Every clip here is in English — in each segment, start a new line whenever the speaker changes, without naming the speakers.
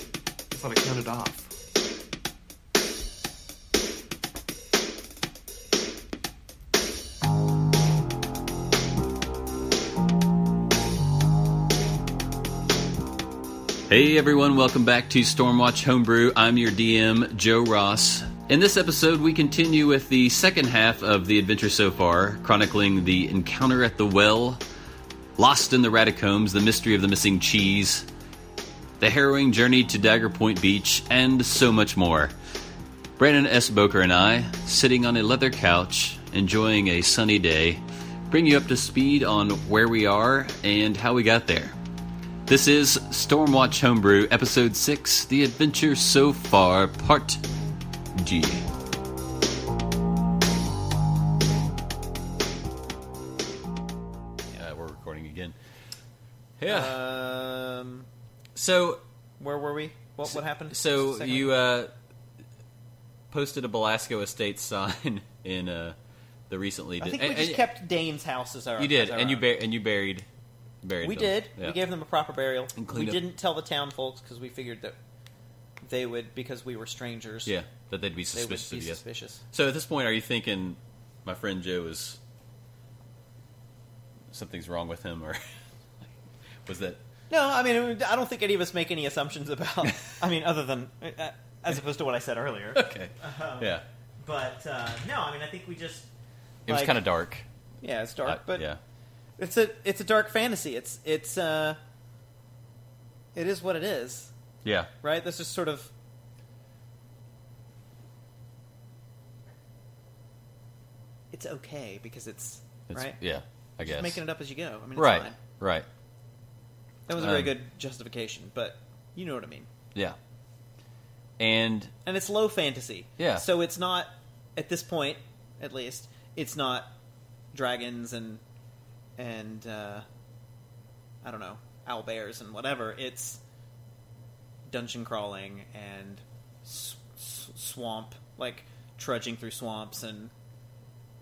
thought I counted off.
Hey everyone, welcome back to Stormwatch Homebrew. I'm your DM, Joe Ross. In this episode, we continue with the second half of the adventure so far, chronicling the encounter at the well, Lost in the Ratacombs, the mystery of the missing cheese, the harrowing journey to Dagger Point Beach, and so much more. Brandon S. Boker and I, sitting on a leather couch, enjoying a sunny day, bring you up to speed on where we are and how we got there. This is Stormwatch Homebrew, Episode 6 The Adventure So Far, Part G. Yeah, we're recording again. Yeah.
Um,
so,
where were we? What what happened?
so
Second
you
one?
uh, posted a Belasco Estates sign in uh, the recently.
I
did-
think we
and-
just
uh, and-
kept Dane's house as our.
You did,
as our
and you
own.
bur- and you buried. buried
We
them.
did.
Yeah.
We gave them a proper burial.
And
We
cleaned up.
didn't tell the town folks because we figured that they would because we were strangers.
Yeah, that they'd be
they would be
suspicious of you.
suspicious.
So at this point, are you thinking my friend Joe is something's wrong with him, or was that?
No, I mean I don't think any of us make any assumptions about. I mean, other than uh, as opposed to what I said earlier.
Okay,
Uh-huh.
yeah,
But uh, no, I mean I think we just.
it was
like-
kind of dark.
Yeah, it's dark,
I-
but
Uh, yeah,
it's a it's a dark fantasy. It's it's uh. It is what it is.
yeah,
right? That's just sort of. It's okay because it's,
It's-
right.
yeah. I
Just
guess
making it up as you go. I mean, it's
right,
fine.
right,
That was a very
Um,
good justification, but you know what I mean.
yeah, and
And it's low fantasy,
Yeah.
So it's not at this point, at least, it's not dragons and and uh, I don't know owl bears and whatever. It's dungeon crawling and s- s- swamp, like trudging through swamps and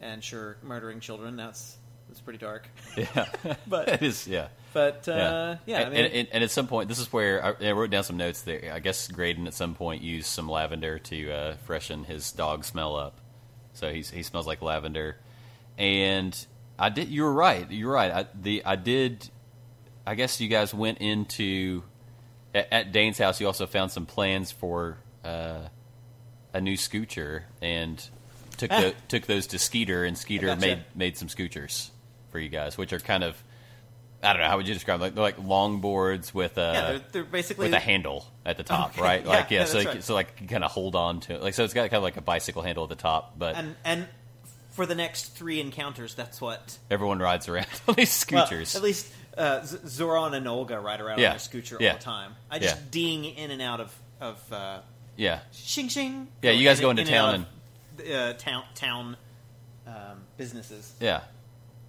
and sure murdering children. That's that's pretty dark.
yeah,
But-
it is, yeah.
But uh, yeah, I
and,
mean,
and, and, at some point, this is where I, I wrote down some notes there. I guess Graydon at some point used some lavender to uh, freshen his dog smell up, so he's, he smells like lavender. And I did. You were right. You're right. I, the I did. I guess you guys went into at, at Dane's house. You also found some plans for uh, a new scoocher and took
Ah.
tho- took those to Skeeter, and Skeeter
gotcha.
made made some scooters for you guys, which are kind of I don't know how would you describe them? like they're like long boards with a
yeah, they're, they're basically
uh, with a handle at the top,
Okay,
right?
yeah,
Like yeah,
yeah,
so
that's
like,
right.
so like you kind of hold on to it. like so it's got kind of like a bicycle handle at the top, but
and and for the next three encounters, that's what
everyone rides around on these
Well,
scooters.
at least uh, Z- Zoran and Olga ride around
Yeah.
on their scooter
Yeah.
all the time. I just
Yeah.
ding in and out of of uh,
yeah,
shing shing.
Yeah, you guys
in-
go into
in
town
and out of, uh, town town um, businesses
yeah,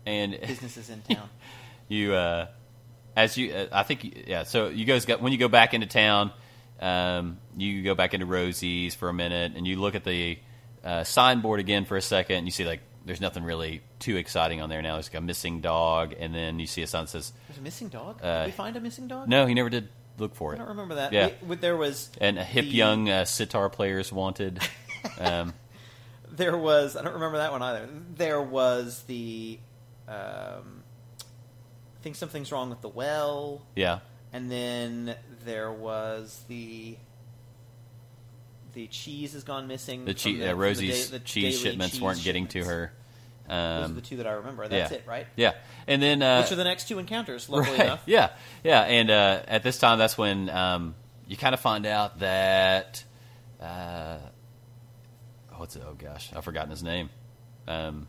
and
businesses in town.
you uh as you uh, i think you- yeah so you guys got when you go back into town um you go back into rosie's for a minute and you look at the uh, signboard again for a second and you see like there's nothing really too exciting on there now there's like a missing dog and then you see a sign that says
There's a missing dog.
Uh,
Did we find a missing dog?
no he never did look for
I
it
don't remember that.
Yeah.
We- we- there was
and a hip
the-
young uh, sitar players wanted um
There was I don't remember that one either. There was the um, I think something's wrong with the well.
yeah
And then there was the the cheese has gone missing.
the,
from
che-
from
uh, rosie's
da- the
cheese
daily
shipments
cheese
weren't getting to
shipments.
her
Those are
um
the two that I remember. That's
yeah.
it, right?
yeah and then uh
Which are the next two encounters? Luckily
Right,
enough,
Yeah, yeah, and uh, at this time, that's when um, you kind of find out that uh, what's it? Oh gosh, I've forgotten his name. Um,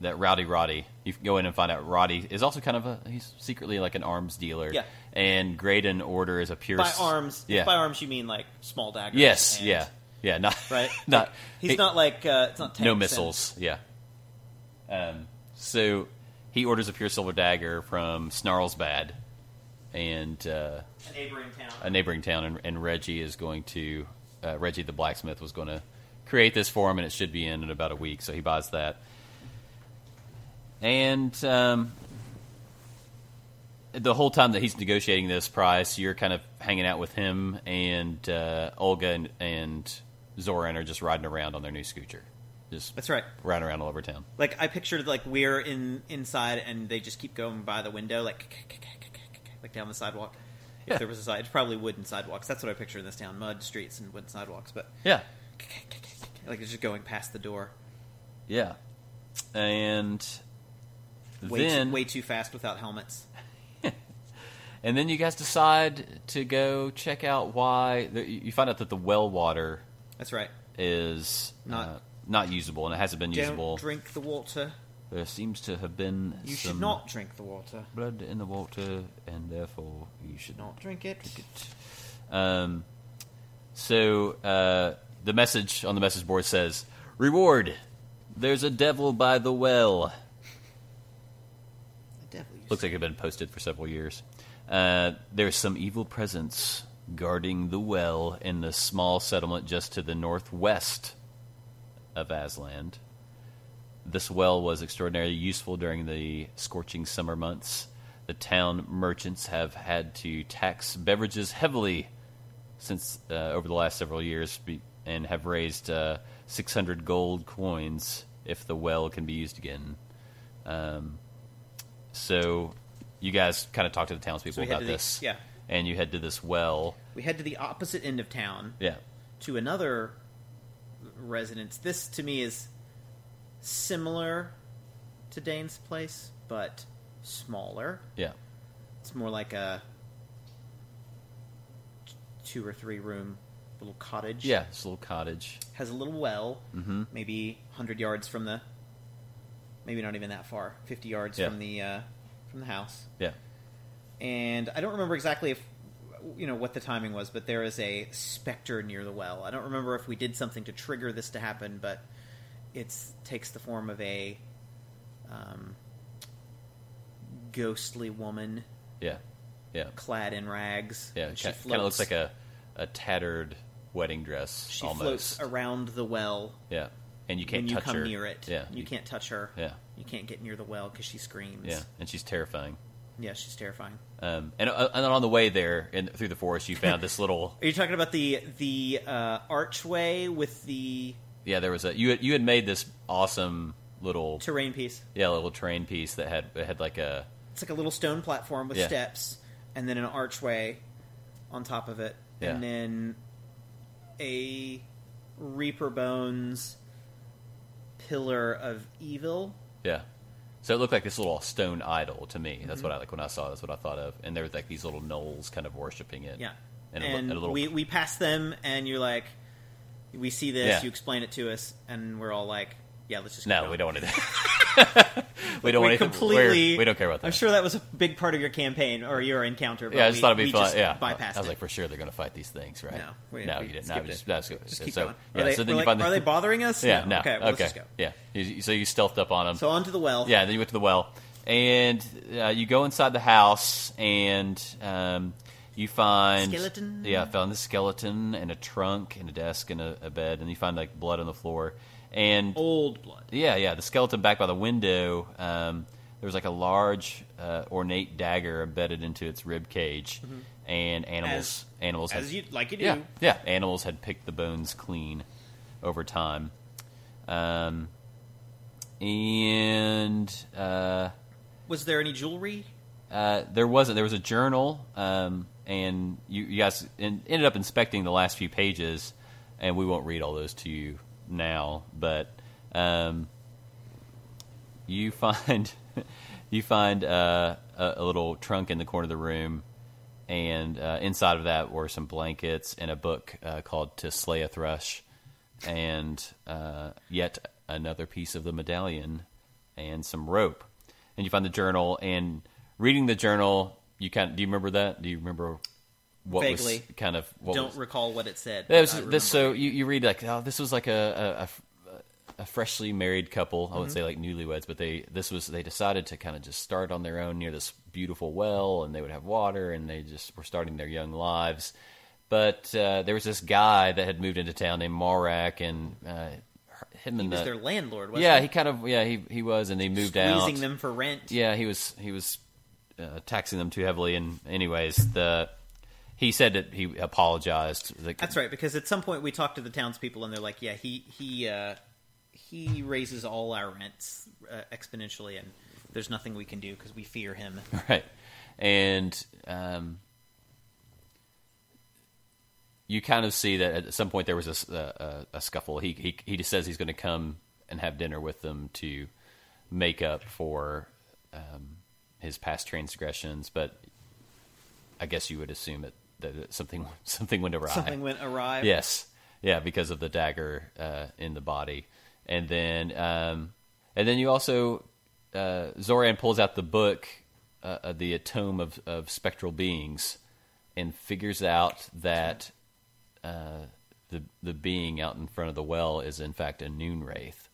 that Rowdy Roddy. You can go in and find out Roddy is also kind of a he's secretly like an arms dealer.
Yeah.
and Graydon Order is a pure
by
s-
arms.
Yeah.
If by arms, you mean like small daggers?
yes.
and-
yeah. Yeah. Not
Right.
Not
He's
it-
not like uh, it's not tanks
no
and-
missiles. Yeah. Um, so he orders a pure silver dagger from Snarlsbad, and uh,
A neighboring town.
a neighboring town, and, and Reggie is going to uh, Reggie the blacksmith was going to create this for him, and it should be in in about a week. So he buys that, and um, the whole time that he's negotiating this price, you're kind of hanging out with him and uh, Olga and, and Zoran are just riding around on their new scooter, just
That's right.
riding around all over town.
Like I pictured, like we're in inside, and they just keep going by the window, like like down the sidewalk. If
Yeah.
there was a side, probably wooden sidewalks. That's what I picture in this town: mud streets and wooden sidewalks. But
Yeah,
like it's just going past the door,
yeah, and
way
then
too, way too fast without helmets.
and then you guys decide to go check out why the, you find out that the well water
That's right.
is
Not-
uh, not usable and it hasn't been usable.
Don't drink the water.
There seems to have been
You
some
should not drink the water.
blood in the water, and therefore you should
Not drink it.
Um, so uh, the message on the message board says, "Reward. There's a devil by the well."
The devil used
Looks like it had been posted for several years. Uh, there's some evil presence guarding the well in the small settlement just to the northwest of Asland. This well was extraordinarily useful during the scorching summer months. The town merchants have had to tax beverages heavily since uh, over the last several years be- and have raised uh, 600 gold coins if the well can be used again. Um, so you guys kind of talk to the townspeople
So we head
about
to the-
this.
yeah.
And you head to this well.
We head to the opposite end of town
Yeah.
to another residence. This to me is similar to Dane's place, but smaller.
Yeah.
It's more like a t- two or three room little cottage.
Yeah. This little cottage.
has a little well,
Mhm.
maybe hundred yards from the, maybe not even that far, fifty yards
Yeah.
from the uh, from the house.
Yeah.
and I don't remember exactly if you know what the timing was, but there is a specter near the well. I don't remember if we did something to trigger this to happen, but it takes the form of a um, ghostly woman
Yeah. Yeah.
clad in rags.
Yeah,
And
kind of looks like a, a tattered wedding dress
she
almost.
floats around the well
yeah, and you can't
when you
touch
come
her.
near it.
Yeah,
you can't touch her.
Yeah,
You can't get near the well because she screams.
yeah, and she's terrifying.
yeah, she's terrifying.
Um, and uh, and on the way there, in through the forest, you found this little.
Are you talking about the the uh, archway with the
Yeah, there was a you had, you had made this awesome little
terrain piece?
yeah little train piece that had it had like a
It's like a little stone platform with
Yeah.
steps, and then an archway on top of it,
Yeah.
and then a Reaper Bones pillar of evil.
yeah. So it looked like this little stone idol to me.
Mm-hmm.
That's what I like when I saw. it, That's what I thought of. And there was like these little gnolls kind of worshiping it.
Yeah,
and,
and,
a, li- and a little
we we pass them, and you're like, we see this,
Yeah.
you explain it to us, and we're all like, yeah, let's just
no,
keep
we
going.
don't want to. do we don't
we
want to
completely.
We don't care about that.
I'm sure that was a big part of your campaign or your encounter. But
Yeah, I just
we,
thought it'd be
we
fun.
just
yeah,
bypassed
I was
it.
like, for sure they're going to fight these things, right?
No, we-
no,
we
you didn't. No,
skipped
just
it.
that's good.
just keep
so,
going.
Yeah,
are they,
so
we're
then you
like,
find the,
are they bothering us?
Yeah,
No.
no.
Okay, well, let's just go.
Yeah, you, you- so you stealthed up on them.
So onto the well.
yeah, then you went to the well, and uh, you go inside the house, and um, you find
Skeleton.
Yeah, I found the skeleton and a trunk and a desk and a, a bed, and you find like blood on the floor, and
Old blood.
yeah, yeah. The skeleton back by the window. Um, there was like a large, uh, ornate dagger embedded into its rib cage, and animals, animals, had,
Mm-hmm. As you like you do.
yeah, yeah, animals had picked the bones clean over time. Um, and uh,
Was there any jewelry?
uh, there wasn't. There was a journal, um, and you, you guys en- ended up inspecting the last few pages, and we won't read all those to you now. But um, you find you find uh, a, a little trunk in the corner of the room, and uh, inside of that were some blankets and a book uh, called "To Slay a Thrush," and uh, yet another piece of the medallion and some rope. And you find the journal and reading the journal. You kind of, do you remember that? Do you remember what
Vaguely.
was kind of what
Don't
was,
recall what it said.
that was
but I
this. So
remember.
you, you read like, oh, this was like a a- a, a freshly married couple. I
Mm-hmm.
wouldn't say like newlyweds, but they this was they decided to kind of just start on their own near this beautiful well, and they would have water, and they just were starting their young lives. But uh, there was this guy that had moved into town named Morak, and uh, him and
He was
the
their landlord. Wasn't
yeah,
he?
he kind of yeah he he was, and they moved out.
Squeezing them for rent.
Yeah, he was he was uh, uh, taxing them too heavily. And anyways, the he said that he apologized. That,
That's right, because at some point we talked to the townspeople, and they're like, "Yeah, he he uh, he raises all our rents uh, exponentially, and there's nothing we can do because we fear him."
right, and um, you kind of see that at some point there was a s- a, a- a scuffle. He, he he just says he's going to come and have dinner with them to make up for um, his past transgressions, but I guess you would assume it, that something something went awry.
Something went awry.
Yes, yeah, because of the dagger uh, in the body, and then um, and then you also uh, Zoran pulls out the book, uh, uh, the Tome of, of Spectral Beings, and figures out that uh, the the being out in front of the well is in fact a noon wraith.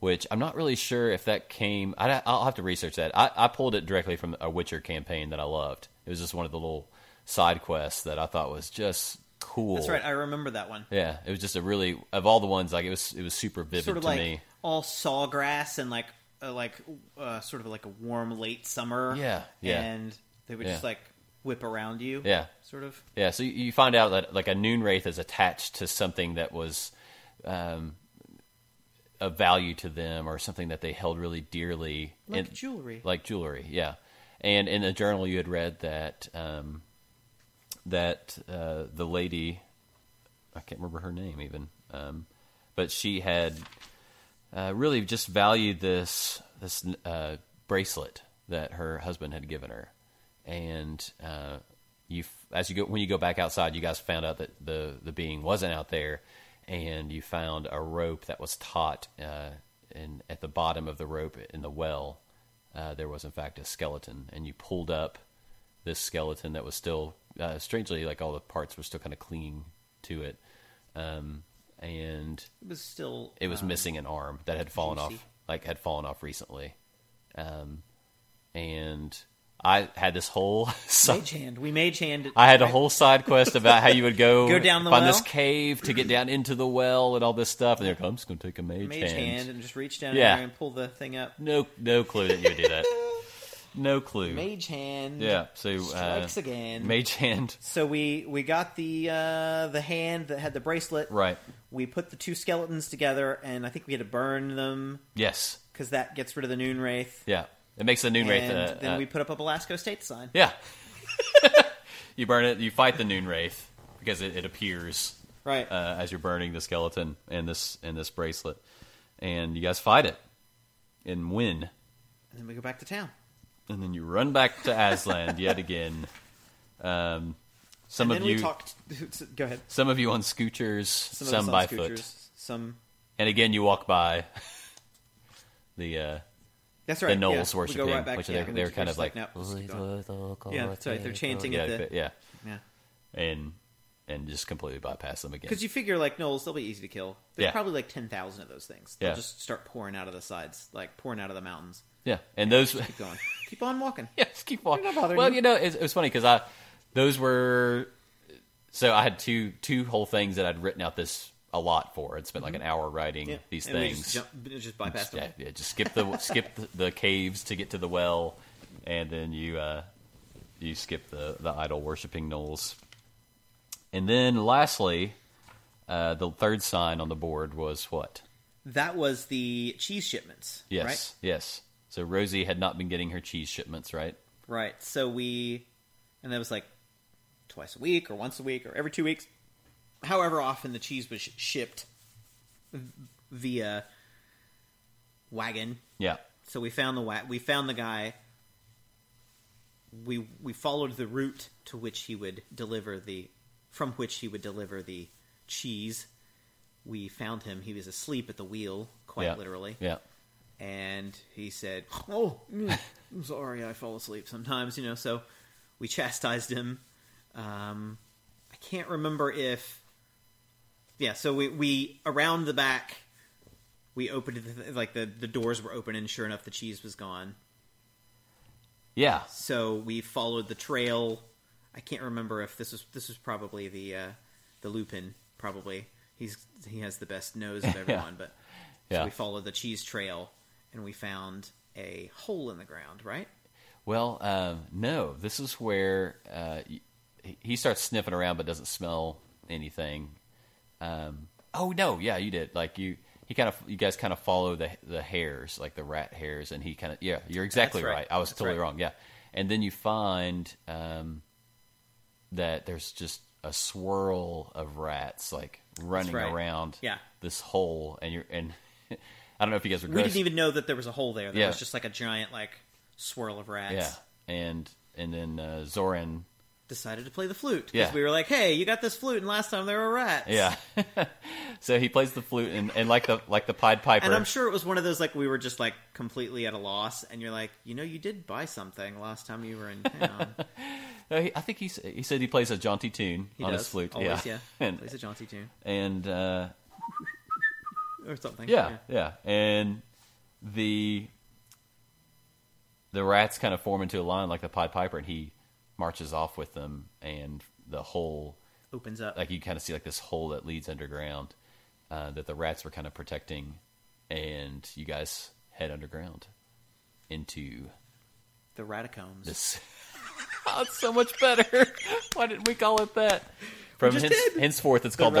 Which I'm not really sure if that came. I, I'll have to research that. I, I pulled it directly from a Witcher campaign that I loved. It was just one of the little side quests that I thought was just cool.
That's right. I remember that one.
Yeah, it was just a really of all the ones like it was it was super vivid
Sort of
to
like
me.
all sawgrass and like uh, like uh, sort of like a warm late summer.
Yeah, yeah.
And they would just
Yeah.
like whip around you.
Yeah.
Sort of.
Yeah, so you- you find out that like a noon wraith is attached to something that was um, of value to them or something that they held really dearly,
Like
And-
jewelry.
like jewelry. Yeah, and in the journal you had read that um, that uh, the lady, I can't remember her name even, um, but she had uh, really just valued this this uh, bracelet that her husband had given her, and uh, you f- as you go when you go back outside, you guys found out that the the being wasn't out there, and you found a rope that was taut, uh, and at the bottom of the rope in the well, uh, there was in fact a skeleton, and you pulled up this skeleton that was still uh, strangely like all the parts were still kind of clinging to it, um, and
It was still.
it was
um,
missing an arm that had fallen
juicy.
off like had fallen off recently um and i had this whole si-
Mage hand. We mage hand. it-
i had a whole side quest about how you would go,
Go down the
find
well?
this cave to get down into the well and all this stuff and they're like i'm just gonna take a mage,
mage
hand.
hand and just reach down
Yeah.
in there and pull the thing up.
no no clue that you would do that no clue
Mage hand.
yeah so uh,
Strikes again.
mage hand
So we we got the uh, the hand that had the bracelet.
right
We put the two skeletons together, and I think we had to burn them
yes
because that gets rid of the noon wraith.
yeah it makes the noon
And
wraith uh,
then
uh,
we put up a Belasco state sign.
yeah you burn it you fight the noon wraith because it, it appears
Right.
uh, as you're burning the skeleton and this and this bracelet, and you guys fight it and win,
and then we go back to town.
and then you run back to Asland yet again. Um, some
and
of
then
you,
we talked. go ahead.
some of you on scooters, some,
of us on
by
scooters,
foot,
Some.
and again you walk by the uh,
That's right.
the gnolls
yeah.
worshiping,
We go right back,
which
yeah,
they're,
and
they're
we're
kind of
just
like,
no, let's keep going. Yeah, that's right, they're chanting
yeah,
at the-
but- yeah,
yeah.
and and just completely bypass them again.
Because you figure like gnolls, they'll be easy to kill. There's
Yeah.
probably like ten thousand of those things. They'll
Yeah.
just start pouring out of the sides, like pouring out of the mountains.
yeah, and those
Keep going. Keep on walking.
yeah, just keep walking.
They're not bothering
well,
you.
know, it's, it was funny because I those were so I had two two whole things that I'd written out this a lot for. I'd spent like an hour writing
Mm-hmm. Yeah.
these
And we
things.
Just, jump, just bypass them.
yeah, yeah, just skip the skip the, the caves to get to the well, and then you uh, you skip the the idol worshiping knolls, and then lastly, uh, the third sign on the board was what?
That was the cheese shipments.
Yes,
Right?
yes. So Rosie had not been getting her cheese shipments, right?
Right. So we, and that was like twice a week or once a week or every two weeks, however often the cheese was sh- shipped v- via wagon.
Yeah,
So we found the wa- we found the guy. We we followed the route to which he would deliver the, from which he would deliver the cheese. We found him. He was asleep at the wheel, quite
yeah,
literally
Yeah.
and he said, "Oh, mm, I'm sorry, I fall asleep sometimes, you know." So we chastised him. Um, I can't remember if, yeah. So we we around the back, we opened the, like the the doors were open, and sure enough, the cheese was gone.
Yeah,
So we followed the trail. I can't remember if this was this was probably the uh, the Lupin. Probably he's he has the best nose of everyone. But so
Yeah.
we followed the cheese trail and we found a hole in the ground. Right?
Well, uh, no. This is where uh, y- he starts sniffing around, but doesn't smell anything. Um, oh no, yeah, you did. Like you, he kind of, you guys kind of follow the the hairs, like the rat hairs, and he kind of, yeah, you're exactly
right.
right. I was
That's
totally
right.
wrong. Yeah, and then you find um, that there's just a swirl of rats like running
right.
around
Yeah.
this hole, and you're and. I don't know if you guys were
We
grossed
didn't even know that there was a hole there. There
Yeah.
was just like a giant like swirl of rats.
Yeah, and and then uh, Zoran.
Decided to play the flute because
Yeah.
we were like, "Hey, you got this flute, and last time there were rats."
Yeah, so he plays the flute and, and like the like the Pied Piper.
And I'm sure it was one of those like we were just like completely at a loss, and you're like, you know, you did buy something last time you were in town.
Uh, he- I think he s- he said he plays a jaunty tune
He
on
does
his flute.
always,
yeah,
yeah.
and
plays a jaunty tune
and uh,
or something.
yeah, yeah, and the the rats kind of form into a line like the Pied Piper, and he marches off with them, and the whole
opens up.
like you kind of see like this hole that leads underground uh, that the rats were kind of protecting, and you guys head underground into
the ratacombs.
this. oh, it's so much better. Why didn't we call it that? From
just
hence,
did.
henceforth, it's called the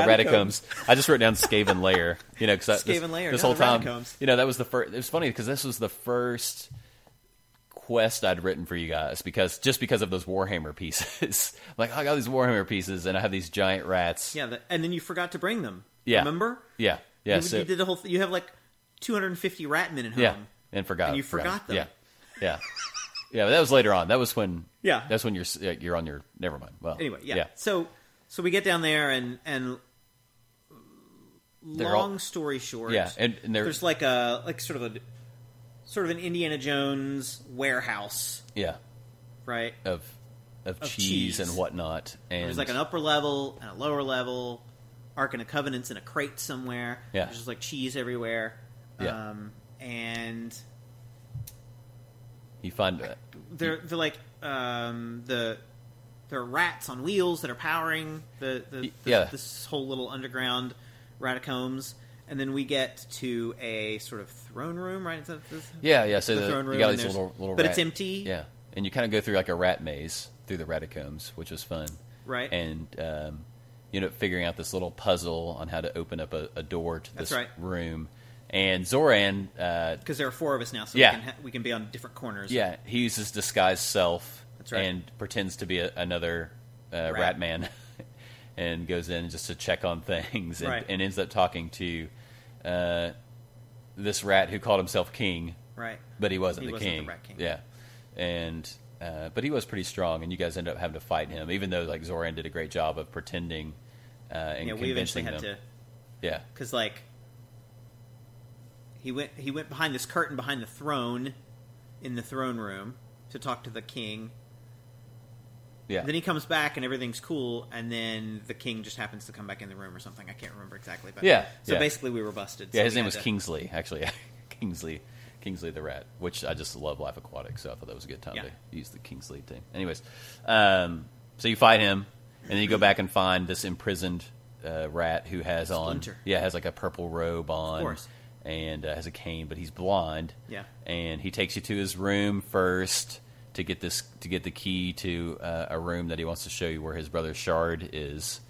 Ratacombs.
Ratacombs.
I just wrote down Skaven Lair. You know, because this,
Skaven Lair,
this
now
whole
the
time,
Ratacombs.
you know, that was the first. It was funny because this was the first quest I'd written for you guys because just because of those Warhammer pieces. like I got these Warhammer pieces and I have these giant rats.
Yeah, the, and then you forgot to bring them.
Yeah.
remember?
Yeah, yeah.
you,
so,
you did the whole. Th- you have like 250 rat men at home.
yeah, and forgot.
and you forgot them.
Yeah, yeah, yeah. But that was later on. That was when.
Yeah.
that's when you're s- yeah, you're on your. Never mind. Well,
Anyway, yeah.
yeah.
So, so we get down there, and and
They're all-
long story short,
Yeah, and, and they're,
there's like a like sort of a sort of an Indiana Jones warehouse,
yeah
right?
of of,
Of
cheese,
cheese.
and whatnot, and
There's like an upper level and a lower level. Ark and the Covenant's in a crate somewhere.
Yeah.
There's just like cheese everywhere.
Yeah.
Um, and
you find uh,
they're they're like um, the there are rats on wheels that are powering the, the,
Y-
the
yeah.
this whole little underground ratacombs, and then we get to a sort of throne room, right? Is that- this-
yeah yeah. So
the
the,
throne
you
room
got
and
these
there's-
little little
but
rat-
it's empty.
Yeah, and you kind of go through like a rat maze through the ratacombs, which was fun.
Right.
and um, you know figuring out this little puzzle on how to open up a, a door to
That's
this
right.
room. And Zoran uh,
Because there are four of us now, so
Yeah.
we, can ha- we can be on different corners.
Yeah, he uses disguised self
That's right.
and pretends to be a, another uh, rat. man and goes in just to check on things and,
Right.
and ends up talking to uh, this rat who called himself king,
Right.
but he wasn't,
He
the,
wasn't the
king.
rat king.
Yeah. And uh, but he was pretty strong and you guys ended up having to fight him even though like Zoran did a great job of pretending uh, and
Yeah. We eventually
convincing
had
them.
to
Yeah.
because like he went he went behind this curtain behind the throne in the throne room to talk to the king
Yeah.
Then he comes back and everything's cool, and then the king just happens to come back in the room or something. I can't remember exactly, but
Yeah,
So
yeah.
basically, we were busted.
Yeah,
so
his
we
name
had
was
to-
Kingsley, actually. Kingsley. Kingsley the Rat, which I just love Life Aquatic, so I thought that was a good time
Yeah.
to use the Kingsley thing. Anyways, um, so you fight him, and then you go back and find this imprisoned uh, rat who has on.
Splinter.
Yeah, has like a purple robe on.
course.
And uh, has a cane, but he's blind.
Yeah.
And he takes you to his room first to get this to get the key to uh, a room that he wants to show you where his brother Shard is.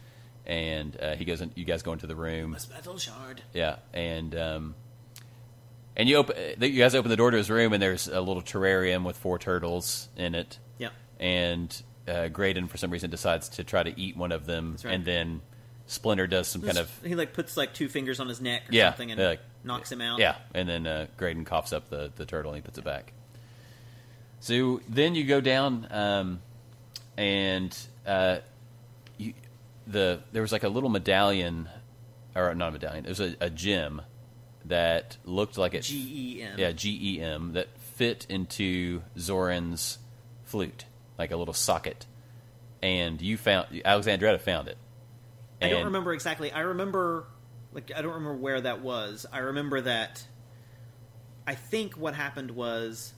And uh, he goes. In, you guys go into the room.
This metal shard.
Yeah, and um, and you open uh, you guys open the door to his room, and there's a little terrarium with four turtles in it,
Yeah,
and uh, Graydon for some reason decides to try to eat one of them,
right.
and then Splinter does some kind of
he like puts like two fingers on his neck or
Yeah,
something and
like-
knocks him out.
yeah, and then uh, Graydon coughs up the the turtle and he puts it back. So then you go down, um, and uh, you, the there was like a little medallion, or not a medallion. It was a, a gem that looked like it
G E M.
yeah, GEM that fit into Zoran's flute, like a little socket. And you found Alexandretta found it.
I don't
And-
remember exactly. I remember, like, I don't remember where that was. I remember that. I think what happened was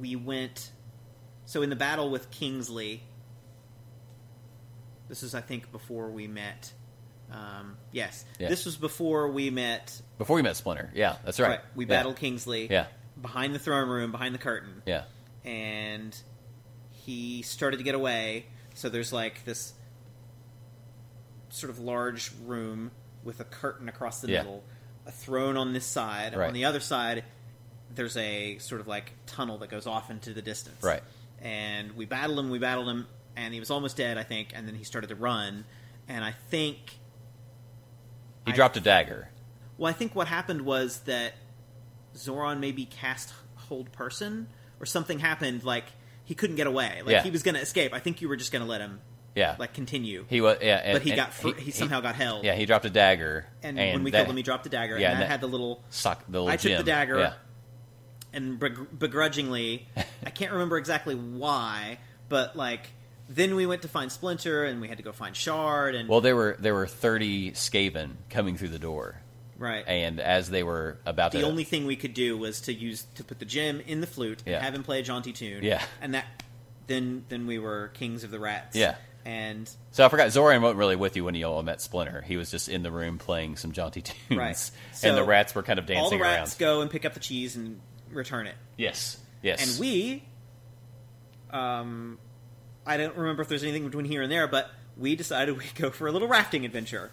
we went. So in the battle with Kingsley, this is I think before we met. Um, yes,
Yeah.
this was before we met.
Before you met Splinter, yeah, that's right.
We
Yeah.
battled Kingsley.
Yeah.
behind the throne room, behind the curtain,
Yeah.
and he started to get away. So there's like this sort of large room with a curtain across the
Yeah.
middle, a throne on this side.
Right.
On the other side, there's a sort of like tunnel that goes off into the distance.
Right.
And we battled him, we battled him, and he was almost dead, I think. And then he started to run, and I think
He
I-
dropped a dagger.
well, I think what happened was that Zoran maybe cast hold person or something happened. Like he couldn't get away. Like
Yeah.
he was going to escape. I think you were just going to let him
Yeah.
like continue.
he was. Yeah. And,
but he
and
got fr- he, somehow got held.
Yeah. He dropped a dagger.
and, when we
that
killed him, he dropped the dagger.
Yeah,
and
and
that,
that-
had the little.
sock the little
I took the
gem.
dagger.
Yeah.
And beg- begrudgingly, I can't remember exactly why, but like then we went to find Splinter, and we had to go find Shard, and
Well, there were there were thirty Skaven coming through the door,
right.
and as they were about
the
to,
only thing we could do was to use to put the gem in the flute
Yeah.
and have him play a jaunty tune.
Yeah.
and that then then we were kings of the rats.
Yeah.
and
so I forgot Zoran wasn't really with you when you all met Splinter. He was just in the room playing some jaunty tunes,
Right.
and the
So,
rats were kind of
all the
dancing
rats
around.
go and pick up the cheese and return it.
yes, yes,
And we, um, I don't remember if there's anything between here and there, but we decided we'd go for a little rafting adventure.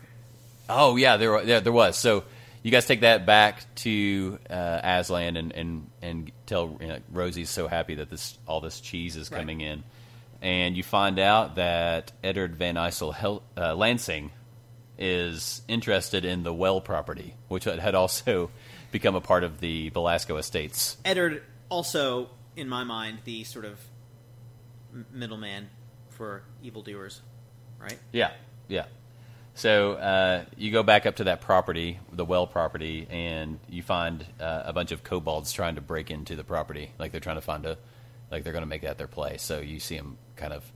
Oh yeah, there wa- yeah, there was. So you guys take that back to uh, Aslan and and and tell you know, Rosie's so happy that this all this cheese is
Right.
coming in, and you find out that Edward Van Isel Hel- uh, Lansing is interested in the well property, which had had also become a part of the Velasco Estates.
Eddard also, in my mind, the sort of m- middleman for evildoers, right?
Yeah, yeah. So uh, you go back up to that property, the well property, and you find uh, a bunch of kobolds trying to break into the property. Like they're trying to find a, like they're going to make that their place. So you see them kind of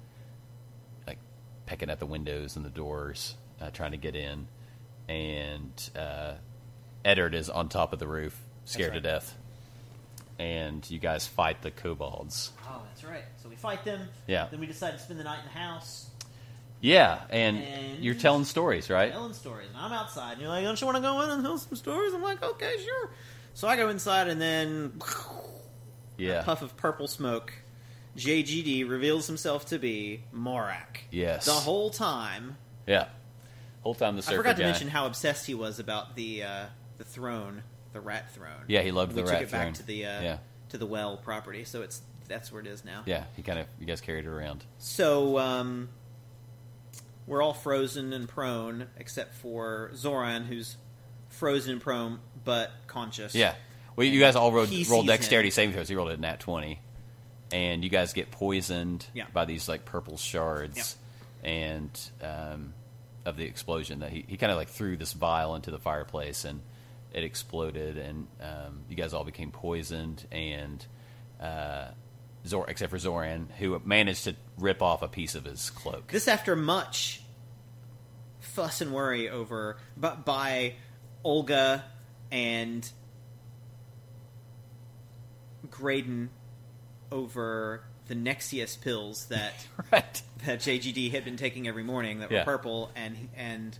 like pecking at the windows and the doors, uh, trying to get in. And uh, Eddard is on top of the roof, scared
right.
to death. And you guys fight the kobolds.
Oh, that's right. So we fight them.
Yeah.
Then we decide to spend the night in the house,
Yeah, and,
And-
you're telling stories, right?
telling stories, and I'm outside. And you're like, "Don't you want to go in and tell some stories?" I'm like, "Okay, sure." So I go inside, and then
Yeah.
a puff of purple smoke. JGD reveals himself to be Morak.
Yes.
The whole time,
Yeah. Whole time the surfer
I forgot to
guy.
mention how obsessed he was about the uh, the throne, the rat throne.
Yeah, he loved
we
the
took
rat
it
throne.
back to the uh,
Yeah.
to the well property, so it's that's where it is now.
yeah, he kind of you guys carried it around.
So um, we're all frozen and prone, except for Zoran, who's frozen and prone but conscious.
Yeah. Well, you guys all rolled,
He
rolled
sees him.
dexterity saving throws. He rolled it nat twenty, and you guys get poisoned
Yeah.
by these like purple shards, and um, of the explosion that he, he kind of like threw this vial into the fireplace and it exploded, and um, you guys all became poisoned, and uh, Zor except for Zoran, who managed to rip off a piece of his cloak.
This after much fuss and worry over, but by Olga and Graydon over the Nexius pills that
right.
that JGD had been taking every morning that
Yeah.
were purple, and and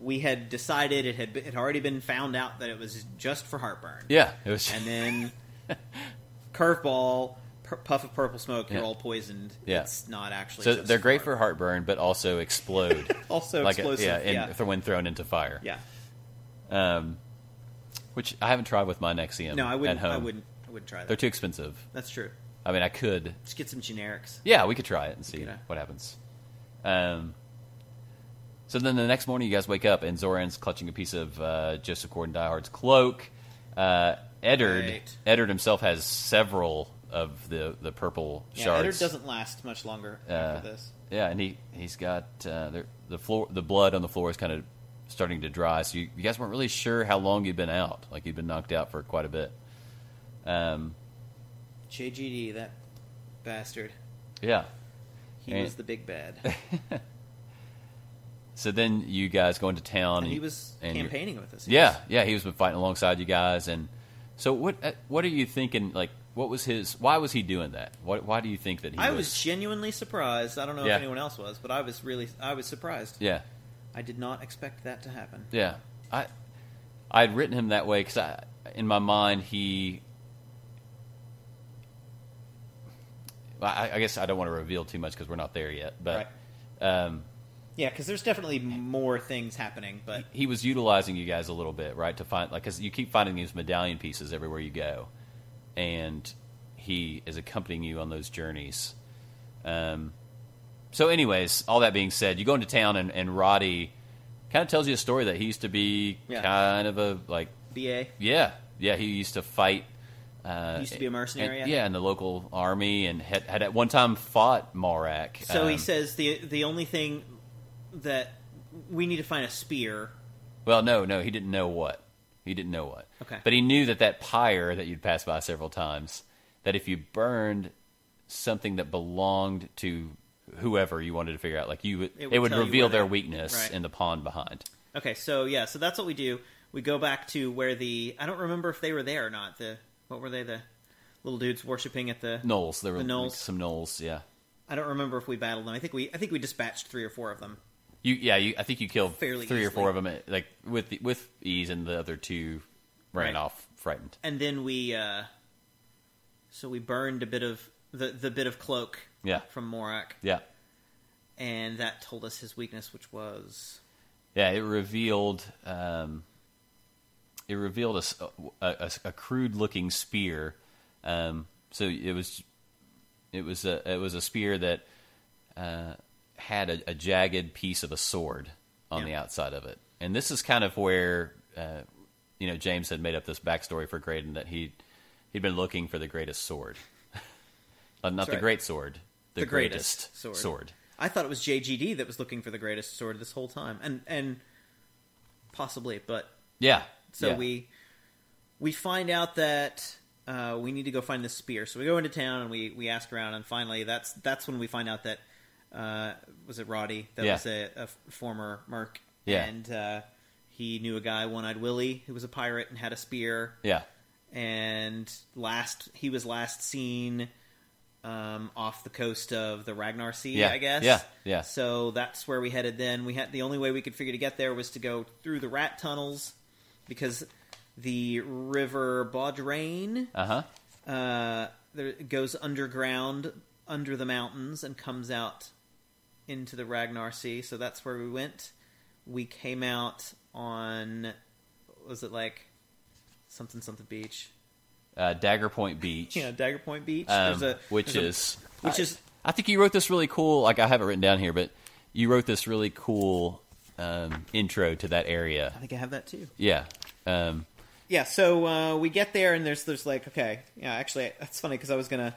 we had decided it had it had already been found out that it was just for heartburn,
Yeah. It was.
and then curveball. pu- Puff of purple smoke. You're
Yeah.
all poisoned.
Yeah.
It's not actually.
So
just
they're great
heartburn.
for heartburn, but also explode.
also
like
explosive.
yeah, and
yeah,
th- when thrown into fire.
Yeah.
Um, which I haven't tried with my Nexium.
No, I wouldn't.
um, At home.
I wouldn't. I wouldn't try that.
They're too expensive.
That's true.
I mean, I could.
Just get some generics.
Yeah, we could try it and see
could, uh,
what happens. Um. So then the next morning, you guys wake up, and Zoran's clutching a piece of uh, Joseph Gordon Diehard's cloak. Uh, Eddard,
Right.
Eddard himself has several of the, the purple
Yeah,
shards.
Eddard doesn't last much longer
Uh,
after this.
Yeah, and he he's got uh, the the floor the blood on the floor is kind of starting to dry. So you, you guys weren't really sure how long you'd been out. Like you'd been knocked out for quite a bit. Um,
JGD, that bastard.
yeah.
He
And-
was the big bad.
So then you guys go into town.
And
and
he
you-
was
and you're-
campaigning with us. He
Yeah,
was-
yeah, he was been fighting alongside you guys. And so what uh, what are you thinking? Like, what was his? Why was he doing that? What, why do you think that he?
I was genuinely surprised. I don't know
Yeah.
if anyone else was, but I was really I was surprised.
yeah.
I did not expect that to happen.
Yeah, I I had written him that way because I in my mind he Well, I, I guess I don't want to reveal too much because we're not there yet. But um,
Yeah, because there's definitely more things happening, but
he was utilizing you guys a little bit, right? To find like because you keep finding these medallion pieces everywhere you go, and he is accompanying you on those journeys. Um, so, anyways, all that being said, you go into town and, and Roddy kind of tells you a story that he used to be
Yeah.
kind of a like
BA
yeah yeah he used to fight. Uh,
He used to be a mercenary,
and-
yeah.
yeah, in the local army, and had, had at one time fought Morak.
So he
Um,
says the the only thing that we need to find a spear.
Well, no, no, he didn't know what. He didn't know what.
Okay.
But he knew that that pyre that you'd passed by several times, that if you burned something that belonged to whoever you wanted to figure out, like you, would,
It
it,
would
would
tell you
reveal
where
their
they-
weakness
right.
in the pond behind.
Okay, so yeah, so that's what we do. We go back to where the I don't remember if they were there or not. The what were they the little dudes worshiping at the
Knolls. There were
The knolls.
like, some knolls. Yeah.
I don't remember if we battled them. I think we I think we dispatched three or four of them.
You, yeah. You, I think you killed
Fairly
three or
easily.
four of them, like with the, with ease, and the other two ran
Right.
off frightened.
And then we uh so we burned a bit of the the bit of cloak
Yeah.
from Morak
Yeah.
and that told us his weakness which was
Yeah, it revealed um, it revealed a s- a, crude looking spear. Um, so it was it was a it was a spear that uh, had a, a jagged piece of a sword on
Yeah.
the outside of it, and this is kind of where uh, you know James had made up this backstory for Graydon that he he'd been looking for the greatest sword, Uh, not the
right.
great sword, the,
The greatest
greatest,
sword.
sword.
I thought it was JGD that was looking for the greatest sword this whole time, and and possibly, but
Yeah.
so
yeah.
we we find out that uh, we need to go find this spear. So we go into town and we we ask around, and finally, that's that's when we find out that uh, was it Roddy that
Yeah.
was a, a former merc,
Yeah.
and uh, he knew a guy One Eyed Willie who was a pirate and had a spear
yeah.
and last he was last seen um, off the coast of the Ragnar Sea,
Yeah,
I guess.
yeah, yeah.
So that's where we headed. Then we had the only way we could figure to get there was to go through the rat tunnels because the river Baudrain
Uh huh.
uh, there goes underground under the mountains and comes out into the Ragnar Sea. So that's where we went. We came out on was it like something something beach?
uh, Dagger Point Beach,
Yeah, Dagger Point Beach.
um,
there's a
which
there's a-
is
which
I-
is
I think you wrote this really cool. Like I have it written down here, but you wrote this really cool um, intro to that area.
I think I have that too.
Yeah, um,
Yeah, so uh, we get there and there's there's like okay, yeah. Actually, that's funny because I was gonna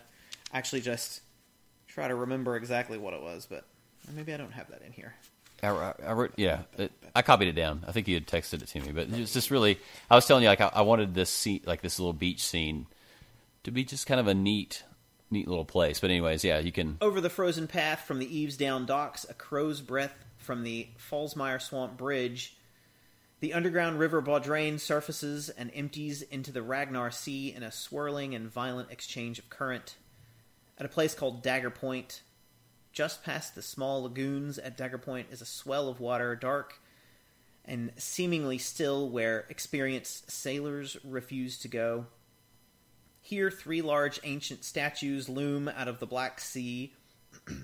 actually just try to remember exactly what it was, but maybe I don't have that in here.
I, I wrote. Yeah, it, I copied it down. I think you had texted it to me, but it's just really. I was telling you, like I, I wanted this scene, like this little beach scene, to be just kind of a neat, neat little place. But anyways, yeah, you can.
Over the frozen path from the eaves down docks, a crow's breath from the Fallsmire Swamp Bridge, the underground river Baudrain surfaces and empties into the Ragnar Sea in a swirling and violent exchange of current. At a place called Dagger Point, just past the small lagoons at Dagger Point is a swell of water, dark and seemingly still, where experienced sailors refuse to go. Here, three large ancient statues loom out of the Black Sea.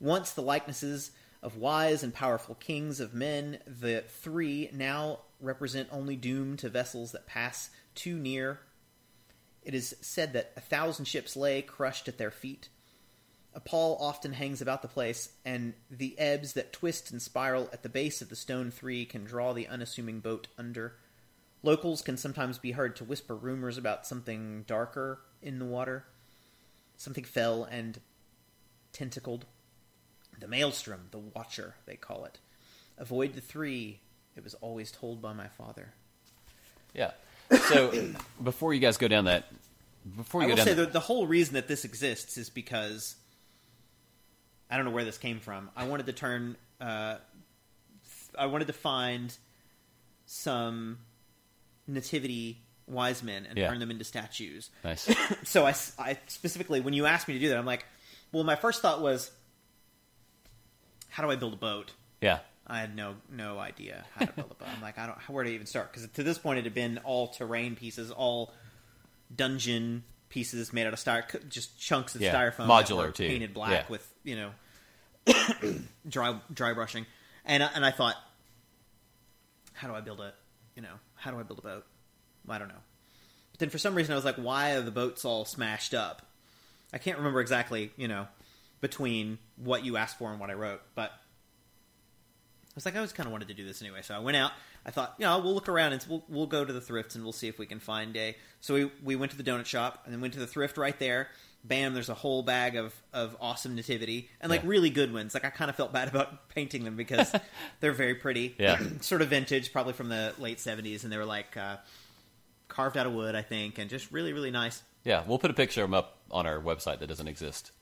Once the likenesses of wise and powerful kings of men, the three now represent only doom to vessels that pass too near. It is said that a thousand ships lay crushed at their feet. A pall often hangs about the place, and the ebbs that twist and spiral at the base of the stone three can draw the unassuming boat under. Locals can sometimes be heard to whisper rumors about something darker in the water, something fell and tentacled. The maelstrom, the watcher, they call it. Avoid the three, it was always told by my father.
Yeah. So before you guys go down that, before you
I
go
will
down
say
that-
that the whole reason that this exists is because I don't know where this came from. I wanted to turn, uh, I wanted to find some nativity wise men and
Yeah.
turn them into statues.
nice.
so I, I specifically when you asked me to do that i'm like well my first thought was how do i build a boat
Yeah.
i had no no idea how to build a boat i'm like i don't where do i even start because to this point it had been all terrain pieces all dungeon pieces made out of styrofoam, just chunks of
Yeah,
styrofoam, that
modular
were
too.
painted black
Yeah.
with you know dry dry brushing, and I- and I thought, how do I build a you know how do I build a boat? I don't know. But then for some reason I was like, why are the boats all smashed up? I can't remember exactly you know between what you asked for and what I wrote, but I was like, I always kind of wanted to do this anyway. So I went out. I thought, yeah, we'll look around and we'll, we'll go to the thrifts and we'll see if we can find a. So we, we went to the donut shop and then went to the thrift right there. Bam, there's a whole bag of, of awesome nativity and like
Yeah.
really good ones. Like I kind of felt bad about painting them because they're very pretty.
Yeah.
sort of vintage, probably from the late 70s. And they were like uh, carved out of wood, I think, and just really, really nice.
Yeah, we'll put a picture of them up on our website that doesn't exist.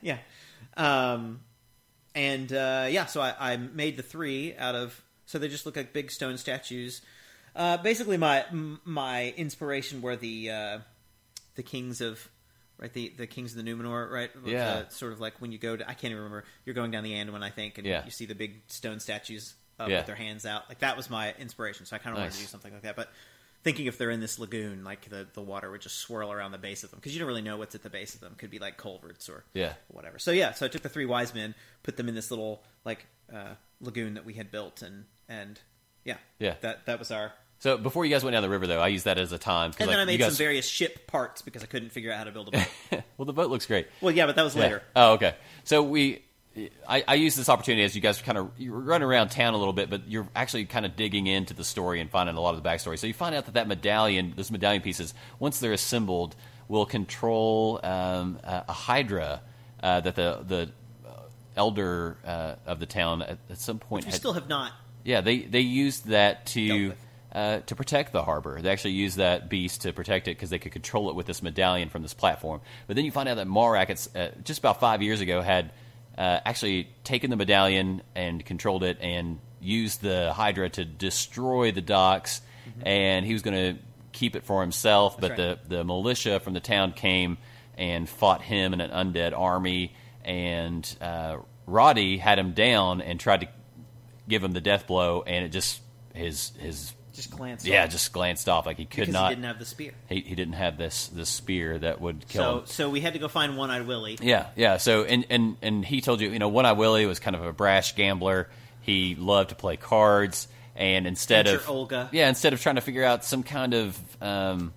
Yeah. Um, and uh, yeah, so I, I made the three out of so they just look like big stone statues. Uh, basically, my m- my inspiration were the uh, the kings of right the, the kings of the Numenor right
Yeah.
The- sort of like when you go to I can't even remember you're going down the Anduin I think and
Yeah.
you see the big stone statues up
Yeah.
with their hands out like that was my inspiration so I kind of wanted
Nice.
to do something like that but thinking if they're in this lagoon like the the water would just swirl around the base of them because you don't really know what's at the base of them could be like culverts or
Yeah.
whatever. So yeah, so I took the three wise men, put them in this little like uh, lagoon that we had built, and and yeah,
Yeah.
that that was our.
So before you guys went down the river, though, I used that as a time. 'cause,
And
like,
then I
you
made
guys-
some various ship parts because I couldn't figure out how to build a boat.
well, the boat looks great.
well, yeah, but that was
Yeah.
later.
Oh, okay. So we, I, I use this opportunity as you guys kind of you were running around town a little bit, but you're actually kind of digging into the story and finding a lot of the backstory. So you find out that that medallion, those medallion pieces, once they're assembled, will control um, a, a hydra uh, that the the uh, elder uh, of the town at, at some point
We
had
still have not.
yeah, they they used that
Dealt
to
with.
uh, to protect the harbor. They actually used that beast to protect it because they could control it with this medallion from this platform. But then you find out that Morak, it's, uh, just about five years ago, had uh, actually taken the medallion and controlled it and used the Hydra to destroy the docks. And he was going to keep it for himself, but
Mm-hmm. That's
the
right.
the militia from the town came and fought him in an undead army, and uh, Roddy had him down and tried to give him the death blow, and it just his his
Just glanced.
yeah
off,
just glanced off like he could
because
not
he didn't have the spear.
he, he didn't have this this spear that would kill him.
So so we had to go find One Eyed Willie.
Yeah, yeah. So and and and he told you, you know, One Eye Willie was kind of a brash gambler. He loved to play cards, and instead
Enter
of
Olga.
yeah, instead of trying to figure out some kind of um,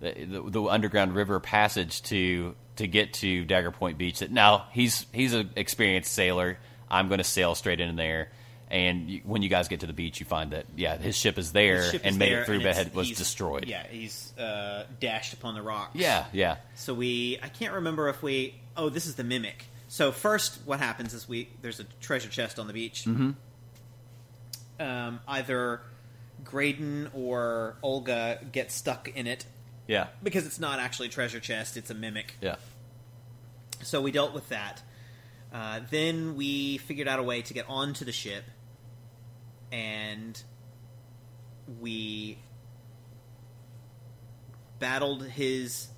the, the, the underground river passage to to get to Dagger Point Beach, that now he's he's an experienced sailor. I'm going to sail straight in there. And you, when you guys get to the beach, you find that yeah, his ship is there
His ship
and
is
made
there,
it through,
and
but
it's-
had, was
he's-
destroyed.
Yeah, he's uh, dashed upon the rocks.
yeah, yeah.
So we, I can't remember if we. Oh, this is the mimic. So first, what happens is we there's a treasure chest on the beach. Um, either Graydon or Olga get stuck in it
yeah.
because it's not actually a treasure chest; it's a mimic.
Yeah.
So we dealt with that. Uh, then we figured out a way to get onto the ship, and we battled his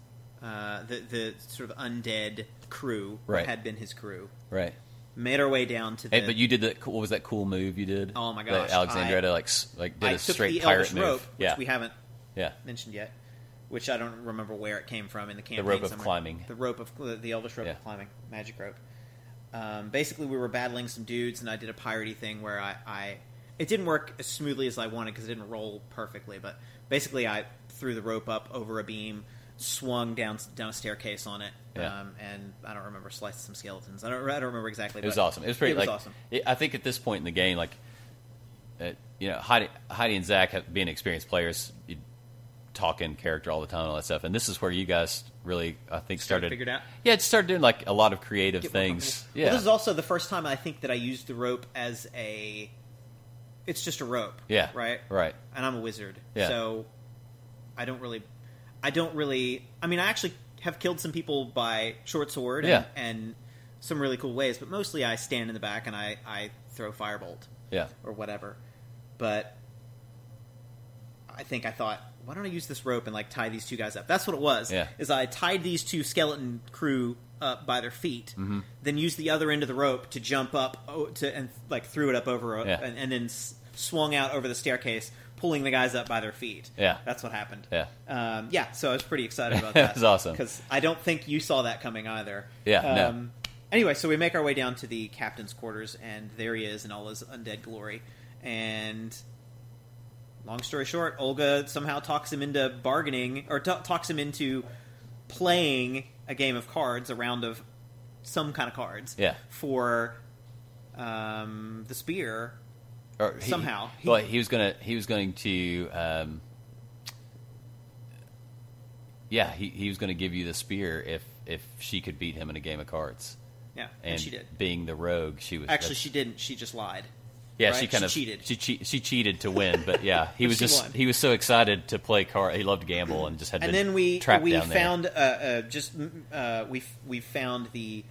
uh, the the sort of undead crew that
Right.
had been his crew.
Right.
Made our way down to the.
Hey, but you did that. What was that cool move you did?
Oh my
That
gosh,
Alexandra
I-
to like s- like did a
I took
straight
the
pirate
Elvish
move.
rope,
yeah,
which we haven't
yeah,
mentioned yet, which I don't remember where it came from in the campaign.
rope of
somewhere.
climbing.
The rope of the, the Elvish rope
Yeah.
of climbing, magic rope. Um, basically, we were battling some dudes, and I did a piratey thing where I, I it didn't work as smoothly as I wanted because it didn't roll perfectly. But basically, I threw the rope up over a beam, swung down down a staircase on it,
Yeah.
um, and I don't remember sliced some skeletons. I don't I don't remember exactly.
it was
but
awesome. It was pretty.
It was
like,
awesome.
it- I think at this point in the game, like, uh, you know, Heidi, Heidi and Zach have, being experienced players, you talk in character all the time and all that stuff. And this is where you guys really, I think, started,
figured out?
Yeah, it started doing like a lot of creative
get more
things.
comfortable.
Yeah,
Well, this is also the first time I think that I used the rope as a. It's just a rope.
yeah,
Right.
right.
And I'm a wizard.
Yeah.
So, I don't really, I don't really. I mean, I actually have killed some people by short sword.
Yeah.
And, and some really cool ways, but mostly I stand in the back and I I throw firebolt
Yeah,
or whatever. But I think I thought, why don't I use this rope and like tie these two guys up? That's what it was.
Yeah.
Is I tied these two skeleton crew up by their feet,
Mm-hmm.
then used the other end of the rope to jump up o- to and like threw it up over a,
Yeah.
and, and then s- swung out over the staircase pulling the guys up by their feet.
Yeah.
that's what happened.
Yeah.
um, yeah. So I was pretty excited about
That
that.
was awesome.
because I don't think you saw that coming either.
Yeah, no.
Um, Anyway, so we make our way down to the captain's quarters, and there he is in all his undead glory. And long story short, Olga somehow talks him into bargaining, or ta talks him into playing a game of cards, a round of some kind of cards,
Yeah.
for um, the spear.
Or he-
Somehow.
well, he was gonna. He was going to. Um, yeah, he, he was going to give you the spear if if she could beat him in a game of cards.
Yeah, and,
And,
she did.
Being the rogue, she was
Actually,
that's-
she didn't. She just lied.
Yeah,
right?
she kind of
cheated.
She, che- she cheated to win, but yeah, he
But
was
she
just
won.
he was so excited to play card. He loved gamble and just had
and
been
then we
trapped
we
down there.
found uh, uh, just mm, uh, we f- we found the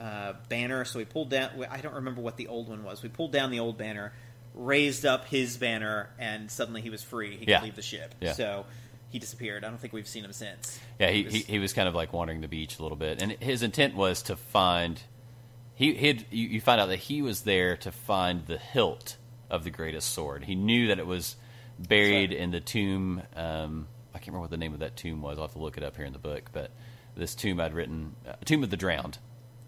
uh, banner. So we pulled down. we- I don't remember what the old one was. We pulled down the old banner, raised up his banner, and suddenly he was free. He
Yeah.
could leave the ship.
Yeah.
So he disappeared. I don't think we've seen him since.
Yeah, he,
was-
he he was kind of like wandering the beach a little bit, and his intent was to find. He he'd, you, you find out that he was there to find the hilt of the greatest sword. He knew that it was buried
That's
in the tomb. Um, I can't remember what the name of that tomb was. I'll have to look it up here in the book. But this tomb I'd written, uh, tomb of the drowned.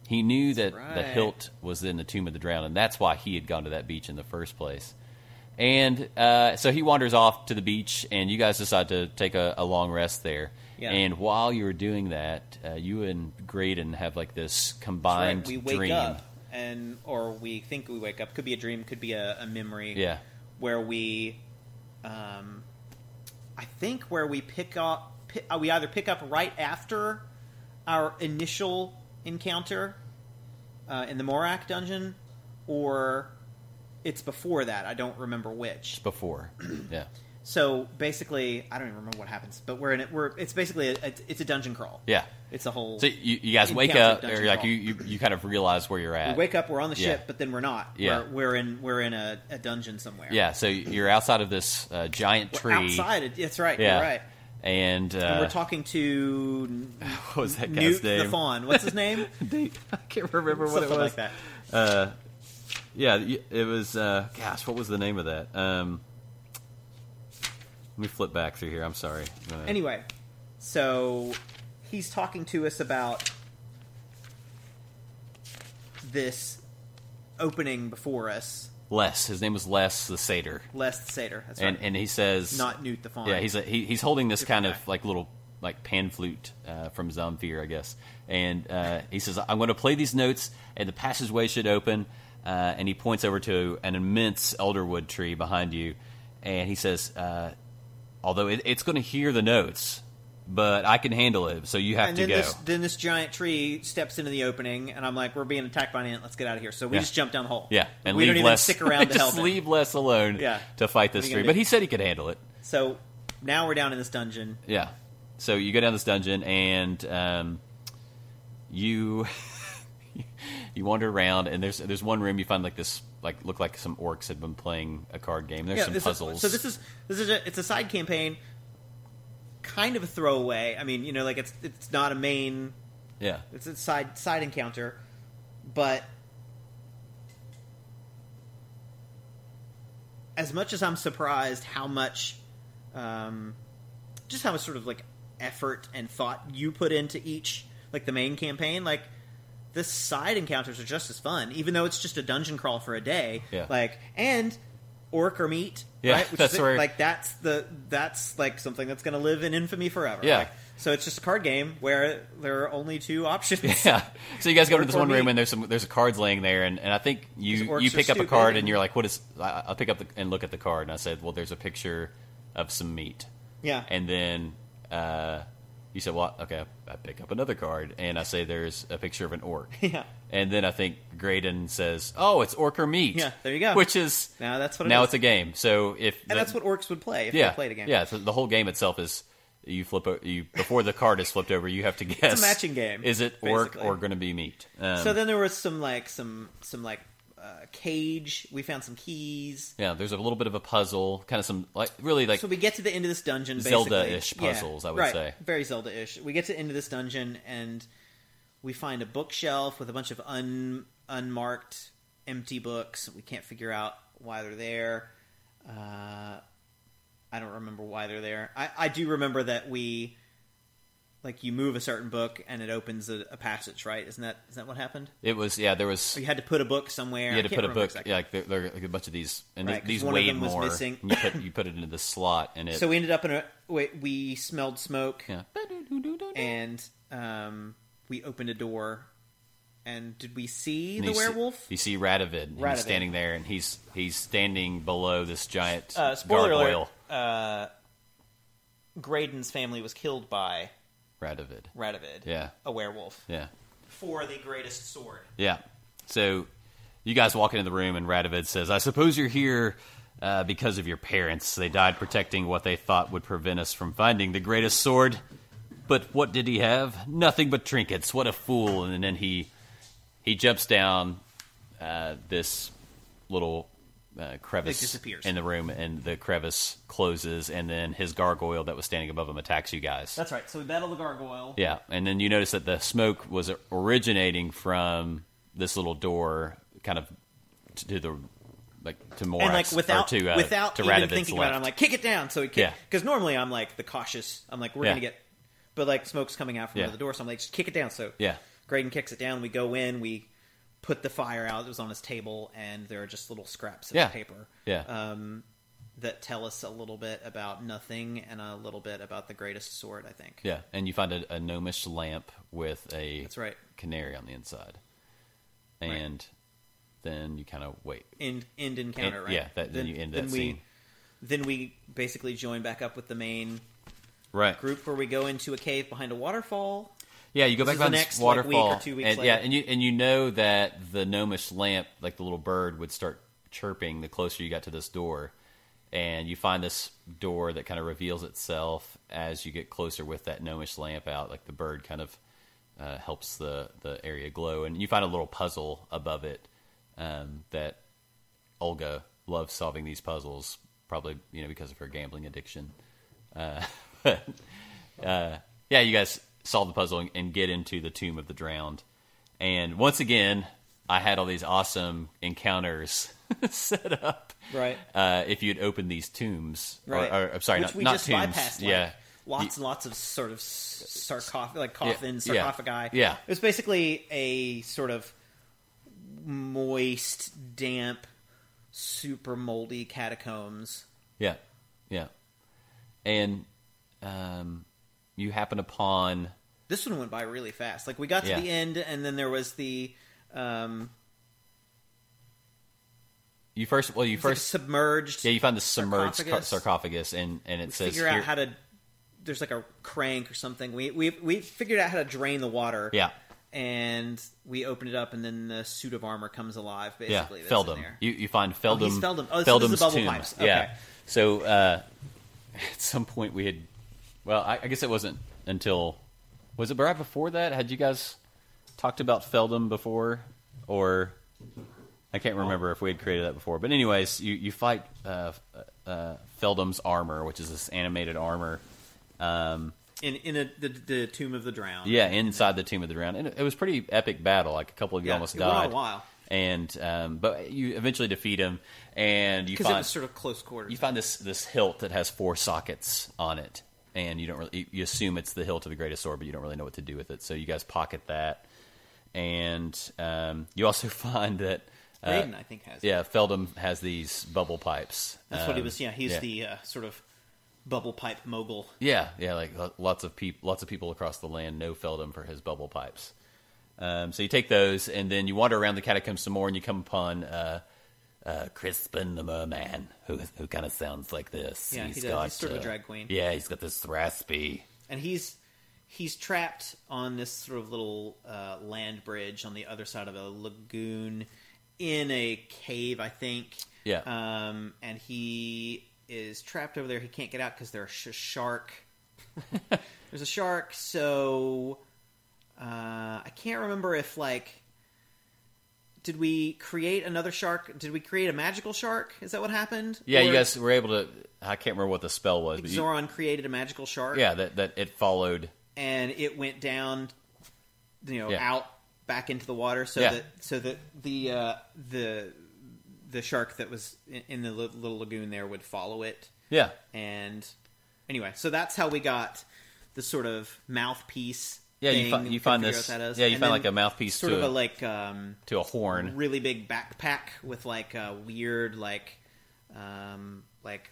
He knew that the
right.
hilt was in the tomb of the drowned, and that's why he had gone to that beach in the first place. And uh, so he wanders off to the beach, and you guys decide to take a, a long rest there.
Yeah.
And while you were doing that, uh, you and Graydon have like this combined
Right, we wake
dream.
up and or we think we wake up. Could be a dream. Could be a, a memory.
Yeah.
where we, um, I think where we pick up. pi- uh, We either pick up right after our initial encounter uh, in the Morak dungeon, or it's before that. I don't remember which.
before. yeah.
So basically, I don't even remember what happens. But we're in it. We're it's basically a, it's- it's a dungeon crawl.
Yeah.
it's a whole.
So you, you guys wake
Encountered
up,
Dungeon
or like
Crawl.
you, you, you kind of realize where you're
We
at.
wake up, we're on the
Yeah.
ship, but then we're not.
Yeah.
We're, we're in we're in a, a dungeon somewhere.
Yeah, so you're outside of this uh, giant
We're
tree.
outside. it- That's right.
Yeah.
You're right.
And, uh,
And we're talking to
what was that
Newt
guy's
the
name?
Fawn. What's his name?
I can't remember what
Something
it was.
like that.
uh, yeah, y- it was. Uh, gosh, what was the name of that? Um, let me flip back through here. I'm sorry. Uh,
Anyway, so he's talking to us about this opening before us.
Les. His name was Les the Satyr,
Les Sater. That's right.
and and he says,
not Newt the Fawn.
yeah, he's a, he, he's holding this
Different
kind
guy.
of like little like pan flute uh, from Zamfir, I guess, and uh, he says, "I'm going to play these notes, and the passageway should open." Uh, and he points over to an immense elderwood tree behind you, and he says, uh, "Although it, it's going to hear the notes." But I can handle it, so you have
and
to
then
go.
this then this giant tree steps into the opening, and I'm like, "We're being attacked by an ant. Let's get out of here." So we
Yeah.
just jump down the hole.
Yeah, and
we
leave
don't even
less.
stick around to
just
help. him.
leave less alone.
Yeah.
to fight this
What are you
tree.
gonna
But
do?
he said he could handle it.
So now we're down in this dungeon.
Yeah. So you go down this dungeon and um, you you wander around and there's there's one room you find like this like look like some orcs had been playing a card game. There's some
this
puzzles.
Is, so this is this is a, it's a side campaign, kind of a throwaway. I mean, you know, like it's it's not a main.
yeah.
It's a side side encounter, but as much as I'm surprised how much, um, just how much sort of like effort and thought you put into each like the main campaign, like the side encounters are just as fun, even though it's just a dungeon crawl for a day.
Yeah.
Like and orc or meat,
Yeah,
right? Which
that's
is,
where-
like that's the that's like something that's going to live in infamy forever.
Yeah.
Like, so it's just a card game where there are only two options.
Yeah. So you guys go
Or
into this
for
one room
me.
and there's some there's a cards laying there and, and I think
Because
you
orcs
you
are
pick up a
stupid.
card and you're like what is I, I pick up the, and look at the card and I said well there's a picture of some meat
Yeah.
and then uh, you said well okay I pick up another card and I say there's a picture of an orc
yeah.
And then I think Graydon says, "Oh, it's orc or meat."
Yeah, there you go.
Which is
Now that's what it
now
is.
it's a game. So if
and that's what orcs would play if
yeah
they played a game.
yeah. So the whole game itself is you flip o- you before the card is flipped over, you have to guess.
matching game,
Is it orc
basically.
or going to be meat? Um,
So then there was some like some some like uh, cage. We found some keys.
yeah, there's a little bit of a puzzle, kind of some like really like
So we get to the end of this dungeon. basically.
Zelda-ish
Yeah,
puzzles, I would
right,
say.
very Zelda-ish. We get to the end of this dungeon and we find a bookshelf with a bunch of un unmarked empty books. We can't figure out why they're there. Uh, I don't remember why they're there. I, I do remember that we, like, you move a certain book and it opens a, a passage, right? Isn't that isn't that what happened?
It was yeah. There was
So you had to put a book somewhere.
you had
I
to
can't
put a
remember
book
exactly.
yeah, like there, there are like a bunch of these and
Right, 'cause
these
one of
weighed
them was
more.
missing.
and you put you put it into the slot and it
So we ended up in a wait. We smelled smoke
yeah.
and um, we opened a door. And did we see
And
the
you see-
werewolf?
you see Radovid. and
Radovid.
He's standing there, and he's he's standing below this giant
uh, spoiler
gargoyle.
alert. Uh, Graydon's family was killed by
Radovid.
Radovid,
Yeah.
a werewolf,
Yeah,
for the greatest sword.
yeah. So you guys walk into the room, and Radovid says, "I suppose you're here." Uh, because of your parents, they died protecting what they thought would prevent us from finding the greatest sword. But what did he have? Nothing but trinkets. What a fool! And then he he jumps down uh, this little uh, crevice
It disappears.
in the room, and the crevice closes, and then his gargoyle that was standing above him attacks you guys.
That's right. So we battle the gargoyle.
yeah, and then you notice that the smoke was originating from this little door, kind of t- to the like to Morax
and like without
or to, uh,
without
to
even
Radovid's
thinking
left.
about it, I'm like kick it down. So he
Yeah.
kick because normally I'm like the cautious. I'm like we're
Yeah.
gonna get, but like smoke's coming out from
Yeah.
under the door, so I'm like just kick it down. So
Yeah.
Graydon kicks it down. We go in. We put the fire out. It was on his table, and there are just little scraps of
Yeah.
paper
yeah,
um, that tell us a little bit about nothing and a little bit about the greatest sword. I think.
yeah, and you find a, a gnomish lamp with a
That's right.
canary on the inside, and then you kind of wait.
End end encounter.
And-
right.
yeah, that- then you end that
we,
scene.
Then we basically join back up with the main
Right.
group where we go into a cave behind a waterfall.
Yeah, you go back
is
behind
the
this
next, like, week or
waterfall.
two weeks
and, Yeah,
later.
and you and you know that the gnomish lamp, like the little bird, would start chirping the closer you got to this door, and you find this door that kind of reveals itself as you get closer with that gnomish lamp out. Like the bird kind of uh, helps the the area glow, and you find a little puzzle above it um, that Olga loves solving these puzzles, probably you know because of her gambling addiction. Yeah, you guys solve the puzzle and- and get into the tomb of the drowned. And once again, I had all these awesome encounters set up.
Right.
Uh, if you'd open these tombs, or-
Right.
Or, I'm sorry,
Which
not,
we
not
just
tombs.
bypassed. Like,
yeah,
Lots and lots of sort of sarcoph like
Yeah,
coffin
yeah,
sarcophagi.
yeah.
It was basically a sort of moist, damp, super moldy catacombs.
yeah, yeah. And um, you happen upon
This one went by really fast. Like we got to
Yeah.
the end, and then there was the um,
you first. Well, you
it's like
first.
submerged.
yeah, you find the submerged sarcophagus,
sarcophagus.
sarcophagus and and it says
figure out
here-
how to. There's like a crank or something. We we we figured out how to drain the water.
yeah.
and we open it up, and then the suit of armor comes alive.
Yeah,
Basically, that's in
Feldum.
there.
You, you find Feldum.
he's Feldum. Oh, so this is the
Feldum's
bubble
tomb.
pipes. Okay.
Yeah. So uh, at some point we had. Well, I, I guess it wasn't until. Was it right before that? Had you guys talked about Feldum before, or I can't remember if we had created that before. But anyways, you you fight uh, uh, Feldum's armor, which is this animated armor.
in in a, the the tomb of the drowned.
Yeah, inside the tomb of the drowned, and it, it was pretty epic battle. Like a couple of you
Yeah,
almost
it went on
died.
a while.
And um, but you eventually defeat him, and you
because
find
it was sort of close quarters.
you find this this hilt that has four sockets on it, and you don't really you- you assume it's the hilt of the greatest sword, but you don't really know what to do with it. So you guys pocket that, and um, you also find that uh,
Raiden, I think, has. it.
yeah, Feldum has these bubble pipes.
that's what he
Um,
was. Yeah, he's
yeah.
the uh, sort of bubble pipe mogul.
Yeah, yeah, like lo- lots of people, lots of people across the land know Feldum for his bubble pipes. Um, so you take those, and then you wander around the catacombs some more, and you come upon uh, uh, Crispin the Merman, who who kind of sounds like this. uh,
Yeah, he does. He's sort of a drag queen.
Yeah, he's got this raspy.
and he's he's trapped on this sort of little uh, land bridge on the other side of a lagoon in a cave, I think.
Yeah.
Um, and he is trapped over there. He can't get out because there's a shark. there's a shark. So uh, I can't remember if like. Did we create another shark? Did we create a magical shark? Is that what happened?
Yeah, you
Or
guys were able to. I can't remember what the spell was, but you,
Zoran created a magical shark.
yeah, that that it followed.
and it went down, you know,
Yeah.
out back into the water, so
Yeah.
that so that the uh, the the shark that was in, in the li- little lagoon there would follow it.
Yeah.
And anyway, so that's how we got the sort of mouthpiece.
Yeah, you,
thing
fi- you
for
find
figure
this.
out that is.
Yeah, you
And
find
then
like a mouthpiece
sort
to
of
a,
a like um,
to a horn.
really big backpack with like a weird like um, like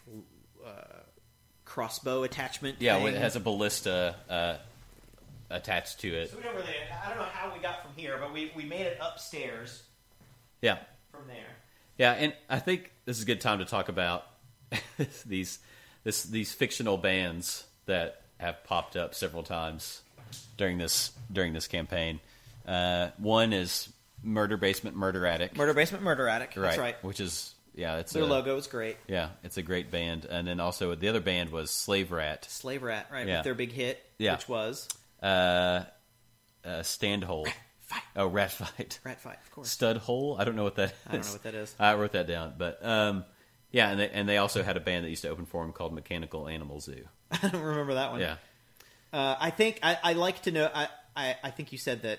uh, crossbow attachment.
Yeah,
thing.
it has a ballista uh, attached to it.
So we don't really. I don't know how we got from here, but we we made it upstairs
Yeah,
from there.
yeah, and I think this is a good time to talk about these this these fictional bands that have popped up several times during this during this campaign. Uh, one is Murder Basement Murder Attic,
Murder Basement Murder Attic. That's right.
Which is yeah, it's
Their
a,
logo is great.
Yeah, it's a great band, and then also the other band was Slave Rat.
Slave Rat, right?
Yeah.
With their big hit,
Yeah.
which was
uh, Standhole.
Fight.
Oh, Rat Fight.
Rat Fight, of course.
Stud Hole? I don't know what that is.
I don't know what that is.
I wrote that down. But um, yeah, and they, and they also had a band that used to open for them called Mechanical Animal Zoo.
I don't remember that one.
Yeah.
Uh, I think I, I like to know. I, I, I think you said that.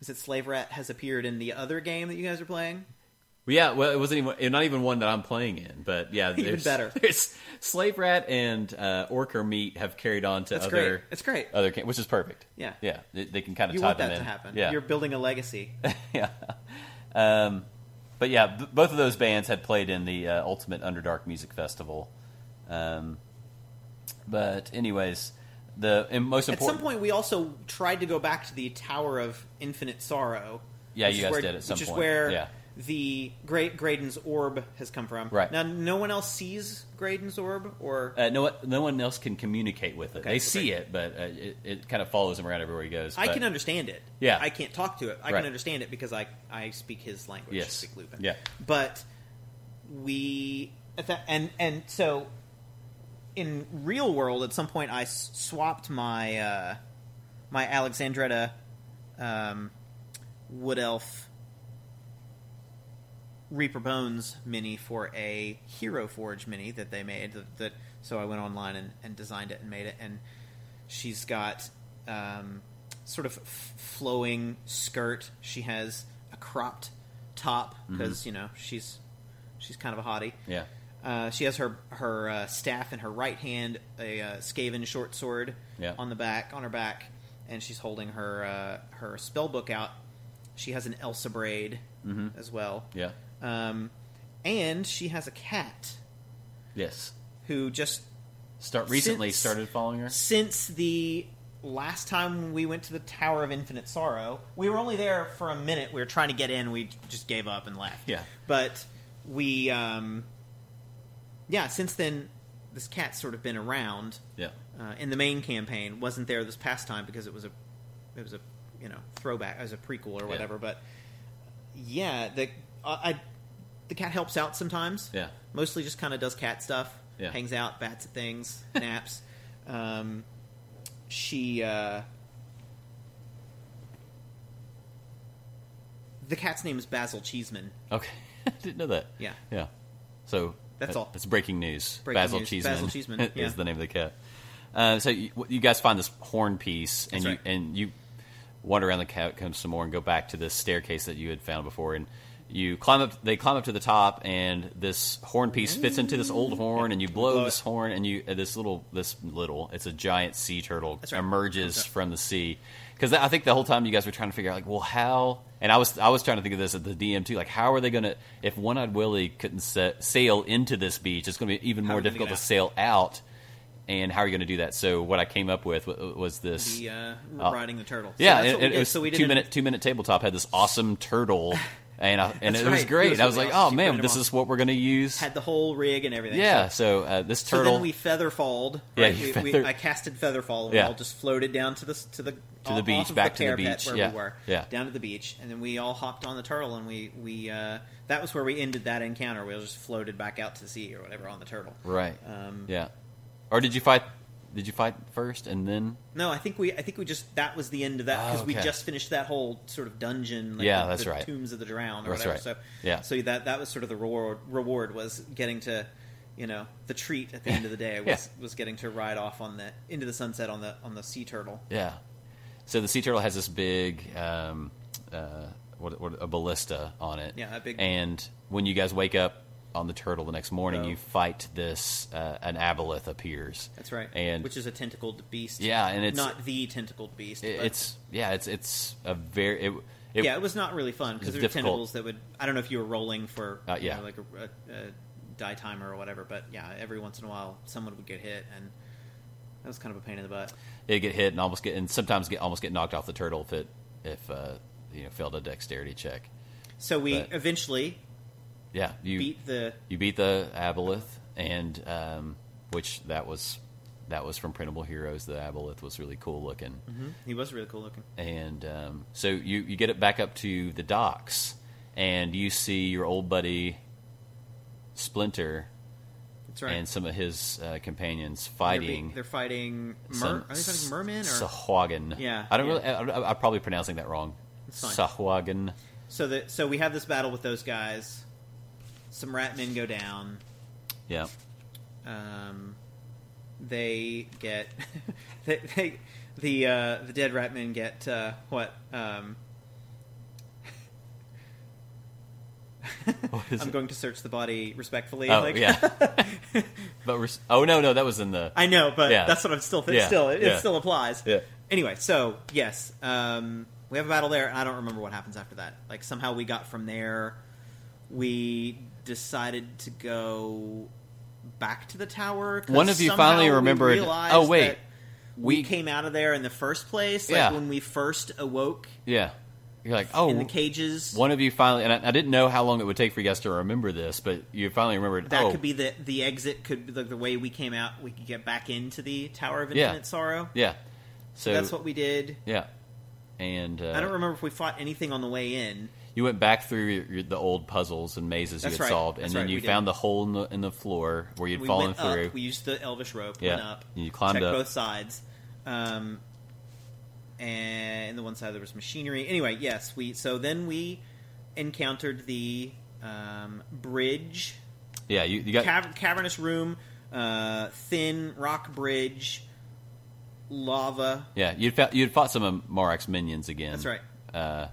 Is it Slave Rat has appeared in the other game that you guys are playing?
Well, yeah, well, it wasn't even not even one that I'm playing in, but yeah,
Even
there's,
better.
There's Slave Rat and uh, Orca Meat have carried on to
That's
other
great. It's great.
other, ca- which is perfect.
Yeah.
yeah, they, they can kind of
You
tie
want
them in.
that to happen.
Yeah,
You're building a legacy.
yeah. Um, but yeah, b- both of those bands had played in the uh, Ultimate Underdark Music Festival. Um, but anyways, the and most
At some
important.
point, we also tried to go back to the Tower of Infinite Sorrow.
Yeah,
which
you
is
guys
where-
did at some
which
point.
is where
Yeah.
the Great Graydon's Orb has come from.
Right.
now, no one else sees Graydon's Orb, or
uh, no, no one else can communicate with it.
Okay,
they see it, but uh, it, it kind of follows him around everywhere he goes.
I
but-
can understand it.
Yeah.
I can't talk to it. I
Right.
can understand it because I I speak his language. I
Yes.
speak Lupin.
Yeah.
but we at that, and and so in real world, at some point, I s- swapped my uh, my Alexandretta um, Wood Elf Reaper Bones mini for a Hero Forge mini that they made. That, that so I went online and, and designed it and made it, and she's got um, sort of f- flowing skirt. She has a cropped top because you know she's she's kind of a hottie.
Yeah.
Uh, she has her her uh, staff in her right hand, a uh, Skaven short sword
Yeah.
on the back on her back, and she's holding her uh, her spell book out. She has an Elsa braid as well,
Yeah.
um, and she has a cat
Yes.
who just
Start recently
Since-
started following her.
since the last time we went to the Tower of Infinite Sorrow, we were only there for a minute. We were trying to get in. We just gave up and left.
Yeah.
But we, um, yeah, since then, this cat's sort of been around
Yeah.
uh, in the main campaign. Wasn't there this past time because it was a, it was a, you know, throwback as a prequel or whatever. But yeah, the uh, I, I- the cat helps out sometimes
Yeah.
mostly just kind of does cat stuff.
Yeah.
Hangs out, bats at things, naps. um, she. Uh, the cat's name is Basil Cheeseman.
Okay. I didn't know that.
Yeah.
Yeah. So
That's
uh,
all.
It's breaking news.
Breaking
Basil
news.
Cheeseman.
Basil Cheeseman,
is
yeah.
the name of the cat. Uh, so you, you guys find this horn piece, and
That's
you
right.
and you wander around the catacombs some more, and go back to this staircase that you had found before, and you climb up. They climb up to the top, and this horn piece fits into this old horn, and you blow,
Blow
this
it.
horn, and you uh, this little this little it's a giant sea turtle
right.
emerges
Comes up.
from the sea. Because I think the whole time you guys were trying to figure out, like, well, how? And I was I was trying to think of this at the DM too, like, how are they going to? If One Eyed Willie couldn't sa- sail into this beach, it's going to be even
How
more
are they gonna
difficult
get
to sail
out?
out. And how are you going to do that? So what I came up with wa- was this.
The uh,
Oh.
riding the turtle. So
yeah,
that's
and,
what we
and
did.
it was
So we did
two
an-
minute two minute tabletop had this awesome turtle, and I, and it
That's
was
right.
great.
It was
I was
really
like,
awesome.
oh
She
man,
printed
this
them
is what we're going to use.
Had the whole rig and everything.
Yeah,
So,
so uh, this
so
turtle
then we featherfalled.
Yeah,
Right?
you
we, we,
feather-
I casted featherfall and we
Yeah.
all just floated down to the s- to the to
the beach, back to the beach,
where
yeah,
we were.
yeah.
down to the beach, and then we all hopped on the turtle, and we we uh, that was where we ended that encounter. We all just floated back out to sea or whatever on the turtle.
right.
Um,
yeah, or did you fight? Did you fight first and then?
No, I think we I think we just that was the end of that because
Oh,
we
okay.
just finished that whole sort of dungeon. Like
Yeah,
the,
that's
the
right.
Tombs of the Drowned or
That's
whatever.
right.
So
Yeah.
so that that was sort of the reward. Reward was getting to. You know the treat at the end of the day was, was getting to ride off on the into the sunset on the on the sea turtle.
Yeah. So the sea turtle has this big, um, uh, what, what, a ballista on it.
Yeah, a big-
And when you guys wake up, on the turtle the next morning,
Oh.
you fight this. Uh, an aboleth appears.
That's right.
And-
which is a tentacled beast.
Yeah, and it's
not the tentacled beast.
it-
but-
it's yeah, it's it's a very it, it-
yeah, it was not really fun because
It's
there
difficult.
were tentacles that would. I don't know if you were rolling for
Uh,
you
yeah.
know, like a, a, a die timer or whatever, but yeah, every once in a while someone would get hit, and that was kind of a pain in the butt.
it get hit and almost get and sometimes get almost get knocked off the turtle if it if uh, you know failed a dexterity check.
So we
But-
eventually
Yeah, you
beat the
you beat the aboleth and um, which that was that was from printable heroes. The aboleth was really cool looking.
He was really cool looking.
and um, so you you get it back up to the docks, and you see your old buddy Splinter
That's right.
and some of his uh, companions
They're be-
fighting.
They're, fighting. Mer-
some
are they fighting
S-
mermen or
Sahuagin?
Yeah,
I don't
yeah.
really. I, I, I'm probably pronouncing that wrong.
It's fine.
Sahuagin.
so? That so we have this battle with those guys. Some rat men go down.
Yeah,
Um, they get they, they the uh, the dead rat men get uh, what? Um,
What is
I'm
it?
going to search the body respectfully.
Oh,
like,
yeah. but res- oh no, no, that was in the.
I know, but
Yeah.
that's what I'm still thi-
Yeah,
still it,
yeah.
it still applies.
Yeah.
Anyway, so yes, um, we have a battle there, and I don't remember what happens after that. Like somehow we got from there, we decided to go back to the tower. 'cause
One of you
somehow
finally
we
remembered-
realized
oh, wait.
that we,
We-
came out of there in the first place. Like
Yeah.
when we first awoke
yeah, you're like oh.
in the cages.
one of you finally, and I, I didn't know how long it would take for you guys to remember this, but you finally remembered.
that
oh,
could be the the exit. Could be the, the way we came out. We could get back into the Tower of
Yeah.
Infinite Sorrow.
yeah. So
That's what we did.
Yeah, and uh,
I don't remember if we fought anything on the way in.
You went back through your, your, the old puzzles and mazes you
That's
had
right.
solved, and
That's
then
right,
you
we did.
found the hole in the, in the floor where you'd
We
fallen
went
through.
up. We used the elvish rope.
Yeah.
Went up.
And you climbed
checked
up.
both sides. Um, and the one side there was machinery. Anyway, yes. We so then we encountered the um, bridge,
yeah, you, you got
cav- cavernous room, uh, thin rock bridge, lava.
yeah you'd fought, you'd fought some of Marak's minions again.
That's right.
Uh,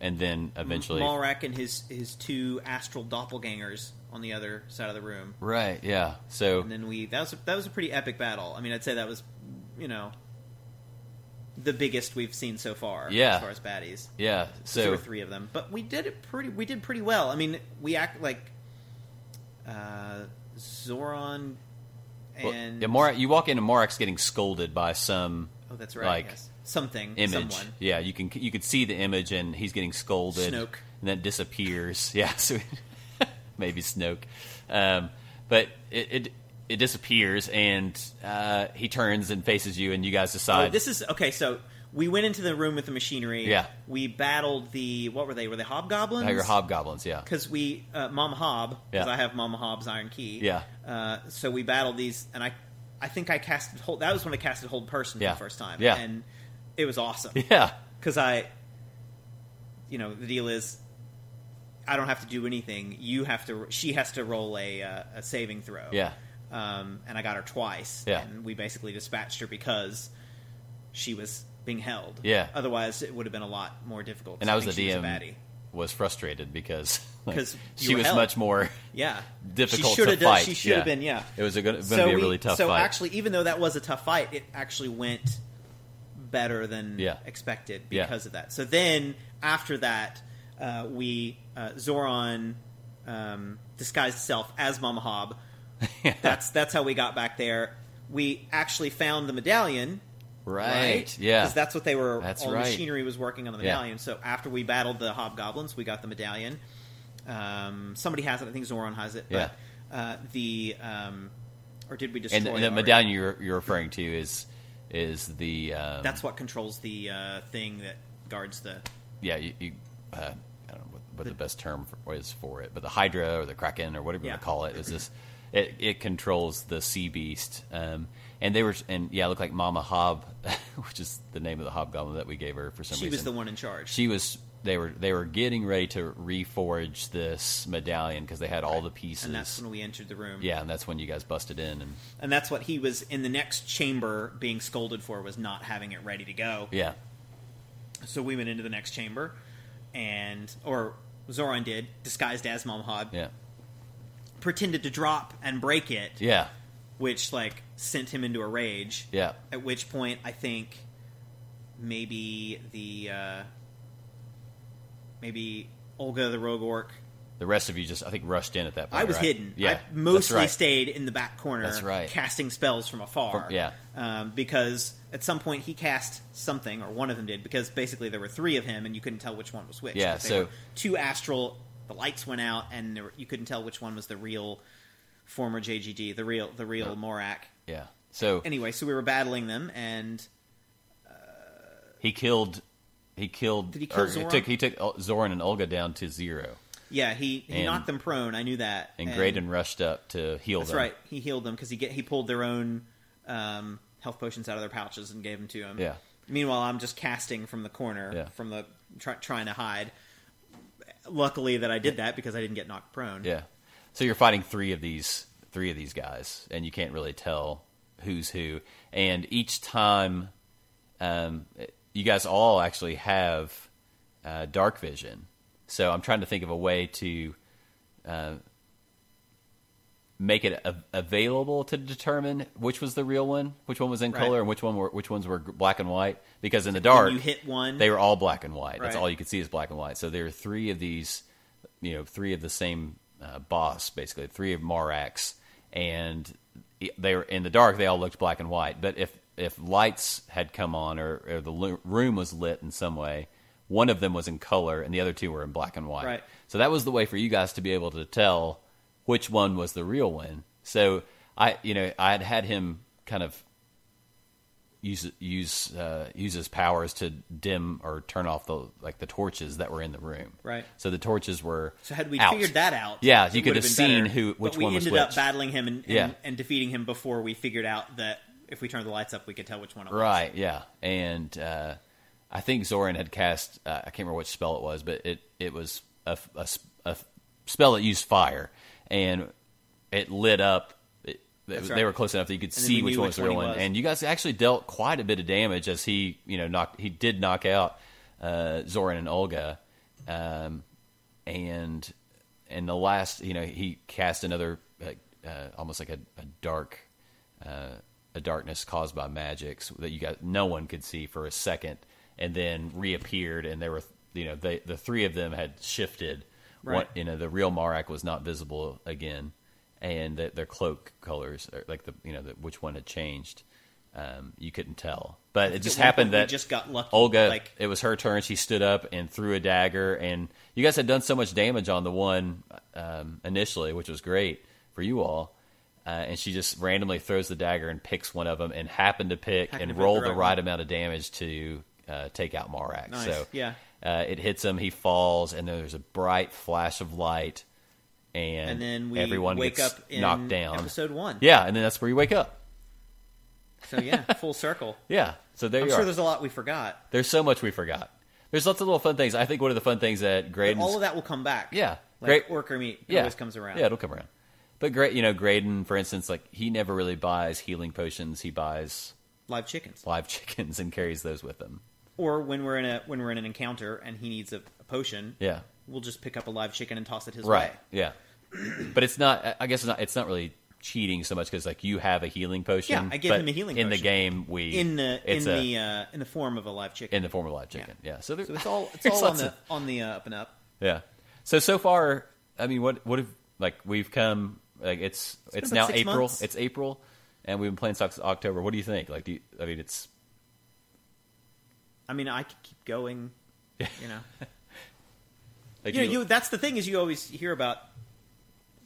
and then eventually,
Malrak and his his two astral doppelgangers on the other side of the room.
right? Yeah. So
and then we that was a, that was a pretty epic battle. I mean, I'd say that was you know the biggest we've seen so far.
Yeah.
as far as baddies,
yeah,
there were
so
three of them, but we did it pretty. We did pretty well. I mean, we act like uh, Zoran
well,
and
yeah, Morak, you walk into Marak's getting scolded by some
Oh, that's right.
like,
yes. something,
image.
someone.
Yeah, you can you could see the image, and he's getting scolded,
Snoke.
and then disappears. Yeah, so maybe Snoke, um, but it, it it disappears, and uh, he turns and faces you, and you guys
Oh,
decide.
this is okay. So we went into the room with the machinery.
Yeah.
we battled the what were they? Were they hobgoblins?
oh, you're hobgoblins, yeah,
because we uh, Mama Hob because
Yeah.
I have Mama Hob's Iron Key.
Yeah.
Uh, so we battled these, and I, I think I casted hold. That was when I casted hold person
Yeah.
for the first time.
Yeah.
And it was awesome
yeah,
because I, you know, the deal is, I don't have to do anything. You have to. She has to roll a uh, a saving throw.
yeah,
Um, and I got her twice.
Yeah.
And we basically dispatched her because she was being held.
Yeah.
Otherwise, it would have been a lot more difficult.
and
So
I was the
think she
DM.
a baddie.
was frustrated because like,
'Cause you
she
were
was
held.
much more.
Yeah.
Difficult
she shoulda
to
done-
fight,
She should have
yeah.
been, yeah.
It was a going to be a
we-
really tough
so
fight.
actually, even though that was a tough fight, it actually went better than
Yeah.
expected
Yeah.
because of that. So then after that, uh, we uh, Zoran um, disguised itself as Mama Hob.
Yeah.
That's that's how we got back there. We actually found the medallion.
right.
Right,
Yeah.
because that's what they were.
That's
all the
right.
machinery was working on the
Yeah.
medallion. So after we battled the hobgoblins, we got the medallion. Um, somebody has it. I think Zoran has it. But, uh, the um, or did we destroy
and,
it
and the
already?
medallion you're you're referring to is is the um,
That's what controls the uh, thing that guards the.
yeah, you, you uh, I don't know what, what the, best term for, is for it, but the Hydra or the Kraken or whatever you
Yeah.
want to call it is this. It, it controls the sea beast, um, and they were and yeah, it looked like Mama Hob, which is the name of the hobgoblin that we gave her for some
She
reason.
was the one in charge.
she was they were they were getting ready to reforge this medallion because they had all the pieces.
and that's when we entered the room.
yeah, and that's when you guys busted in, and
And that's what he was in the next chamber being scolded for was not having it ready to go.
yeah,
So we went into the next chamber, and or Zoran did disguised as Mom Hod.
yeah,
pretended to drop and break it,
Yeah.
which like sent him into a rage.
Yeah.
At which point, I think maybe the uh, maybe Olga the Rogue Orc.
The rest of you just, I think, rushed in at that point.
I was
right?
hidden.
Yeah.
I mostly
that's right.
stayed in the back corner,
That's right.
casting spells from afar.
From- yeah.
um, because at some point he cast something, or one of them did, because basically there were three of him, and you couldn't tell which one was which.
Yeah,
'Cause they
so-
were two astral, the lights went out, and there were, you couldn't tell which one was the real former JGD, the real the real Morak.
Yeah. So
Anyway, so we were battling them, and
he killed. He killed.
Did he kill
or
Zoran?
Took, he took El- Zoran and Olga down to zero,
yeah, he, he
And-
knocked them prone. I knew that.
and, Graydon rushed up to heal
That's
them.
right. He healed them because he get he pulled their own um, health potions out of their pouches and gave them to him.
Yeah.
Meanwhile, I'm just casting from the corner,
Yeah.
from the try, trying to hide. Luckily that I did that because I didn't get knocked prone.
Yeah. So you're fighting three of these three of these guys, and you can't really tell who's who. And each time, um, you guys all actually have uh, dark vision. So I'm trying to think of a way to uh, make it a- available to determine which was the real one, which one was in
Right.
color, and which one were which ones were g- black and white. Because in the
When
dark,
you hit one.
they were all black and white. That's
Right.
all you could see is black and white. So there are three of these, you know, three of the same uh, boss, basically three of Marax, and they were in the dark. They all looked black and white. But if if lights had come on or, or the lo- room was lit in some way, one of them was in color and the other two were in black and white.
Right.
So that was the way for you guys to be able to tell which one was the real one. So I, you know, I had had him kind of use use uh, use his powers to dim or turn off the like the torches that were in the room.
Right.
So the torches were.
so had we
out.
figured that out,
Yeah,
it
you could
would
have
been
seen
better.
who- which
but we
one was
ended up
which.
battling him and, and,
Yeah.
and defeating him before we figured out that if we turned the lights up, we could tell which one. It was.
Right. Yeah. And uh, I think Zoran had cast. Uh, I can't remember which spell it was, but it it was a, f- a s- a f- spell that used fire, and it lit up. It, they,
That's
they
right.
were close enough that you could
then
see
we
which
knew
one
which
was the
one
real
he
one.
was.
And you guys actually dealt quite a bit of damage as he, you know, knocked. He did knock out uh, Zoran and Olga, um, and and the last, you know, he cast another like uh, almost like a, a dark uh, a darkness caused by magic so that you guys no one could see for a second, and then reappeared, and there were you know they, the three of them had shifted.
Right.
you know, the real Marak was not visible again, and the, their cloak colors, or like the you know the, which one had changed, um, you couldn't tell. But it just
At one
happened
point we
that
just got lucky.
Olga,
like
it was her turn. She stood up and threw a dagger, and you guys had done so much damage on the one um, initially, which was great for you all. Uh, and she just randomly throws the dagger and picks one of them, and happened to pick
Happened to
and
pick
roll the
the right
right
one.
amount of damage to uh, take out Marak.
Nice,
So
yeah.
uh, it hits him. He falls, and then there's a bright flash of light, and,
and then we
everyone
wake
gets
up in
knocked down.
episode one.
Yeah, and then that's where you wake up.
So yeah, full circle.
Yeah, so there
I'm
you
sure
are.
there's a lot we forgot.
There's so much we forgot. There's lots of little fun things. I think one of the fun things that
But
Graydon,
all of that will come back.
Yeah.
Like
Great-
worker meat
yeah,
always comes around.
Yeah, it'll come around. But great, you know, Graydon, for instance, like he never really buys healing potions. He buys
Live chickens.
live chickens and carries those with him.
Or when we're in a when we're in an encounter and he needs a, a potion,
Yeah,
we'll just pick up a live chicken and toss it his
right.
way.
Yeah, but it's not. I- I guess it's not. It's not really cheating so much because like you have a healing potion.
Yeah, I gave
but
him a healing
in the
potion.
game. We
In the
it's
in
a-
the uh, in the form of a live chicken.
in the form of live chicken. Yeah, so, there,
so it's all it's
there's
all on
lots
the
of-
on the uh, up and up.
Yeah. So so far, I mean, what what have like we've come like it's it's,
about
now
six
April.
months.
It's April, and we've been playing stocks October. What do you think? Like, do you, I mean, it's
I mean, I could keep going. You know,
like
you, know, you that's the thing is you always hear about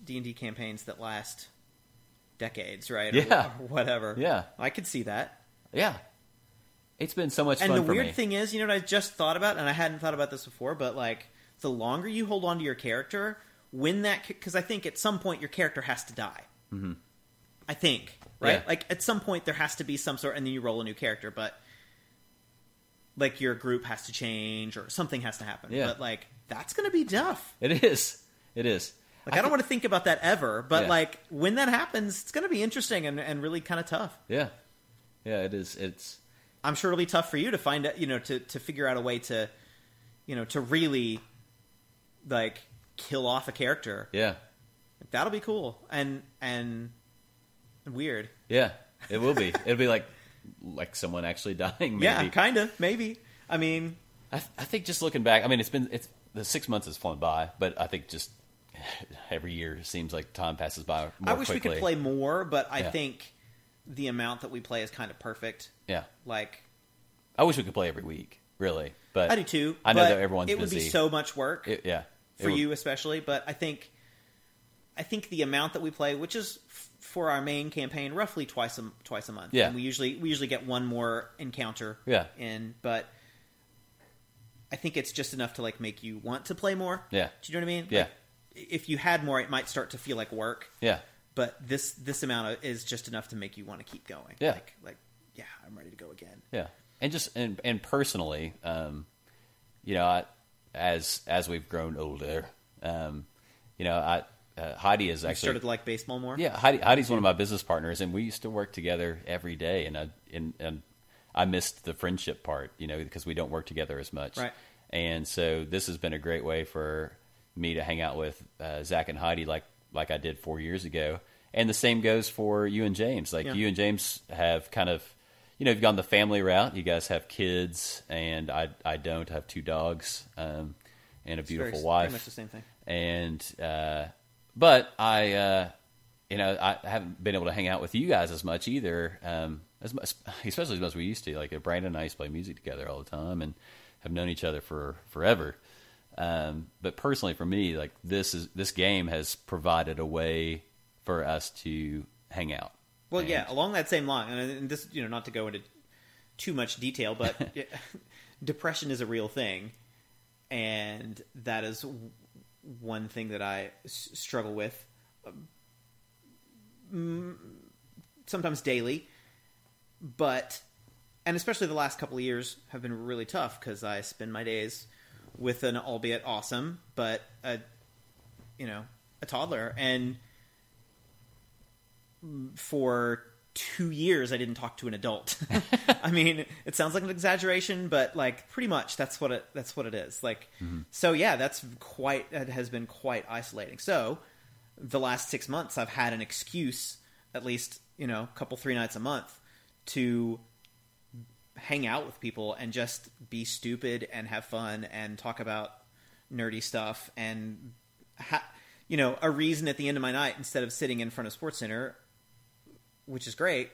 D and D campaigns that last decades, right? Or-
Yeah.
or whatever.
Yeah.
I could see that.
yeah. It's been so much
and
fun
the
for
weird
me.
thing is, you know what I just thought about, and I hadn't thought about this before, but like the longer you hold on to your character, when that because I think at some point your character has to die. Mm-hmm. I think right,
Yeah.
like at some point there has to be some sort, and then you roll a new character, but like your group has to change or something has to happen.
Yeah.
But like that's gonna be tough.
it is. It is.
Like I, don't
thi-
want to think about that ever, but
Yeah.
like when that happens, it's gonna be interesting and, and really kind of tough.
Yeah. Yeah. It is. It's.
I'm sure it'll be tough for you to find out, you know, to, to figure out a way to, you know, to really like kill off a character
Yeah.
That'll be cool and and weird.
Yeah, it will be. It'll be like like someone actually dying. Maybe.
Yeah, kind of, maybe. I mean,
I, th- I think just looking back, I mean, it's been it's the six months has flown by, but I think just every year seems like time passes by. More
I wish
quickly.
we could play more, but I
Yeah.
think the amount that we play is kind of perfect.
Yeah,
Like
I wish we could play every week, really. But
I do too.
I know
but
that everyone's
It would be
busy.
so much work
It- yeah, It
for
would-
you, especially. But I think, I think the amount that we play, which is f- for our main campaign, roughly twice a m- twice a month.
Yeah.
and we usually we usually get one more encounter.
Yeah.
in but I think it's just enough to like make you want to play more.
Yeah.
do you know what I mean?
Yeah.
Like, if you had more, it might start to feel like work.
Yeah,
But this this amount of, is just enough to make you want to keep going.
Yeah.
Like like yeah, I'm ready to go again.
yeah, and just and and personally, um, you know, I, as as we've grown older, um, you know, I uh, Heidi is
I
actually
started to like baseball more.
Yeah, Heidi, Heidi's one of my business partners, and we used to work together every day. And I and, and I missed the friendship part, you know, because we don't work together as much.
Right.
And so this has been a great way for me to hang out with uh, Zach and Heidi, like like I did four years ago. And the same goes for you and James. Like
Yeah.
you and James have kind of, you know, you've gone the family route. You guys have kids, and I I don't I have two dogs, um, and a
It's very-
beautiful
Pretty
wife
much the same thing.
and uh, but I uh, you know I haven't been able to hang out with you guys as much either, um, as much, especially as much as we used to. Like Brandon and I used to play music together all the time and have known each other for forever. Um, but personally, for me, like this is this game has provided a way for us to hang out.
Well,
And-
yeah, along that same line, and and this, you know, not to go into too much detail, but yeah, depression is a real thing, and that is w- one thing that I s- struggle with, um, mm, sometimes daily, but and especially the last couple of years have been really tough because I spend my days with an albeit awesome, but a you know a toddler and for two years I didn't talk to an adult. I mean, it sounds like an exaggeration, but like pretty much that's what it that's what it is. Like so yeah, that's quite that has been quite isolating. So the last six months I've had an excuse, at least, you know, a couple three nights a month, to hang out with people and just be stupid and have fun and talk about nerdy stuff and ha- you know a reason at the end of my night instead of sitting in front of sports center which is great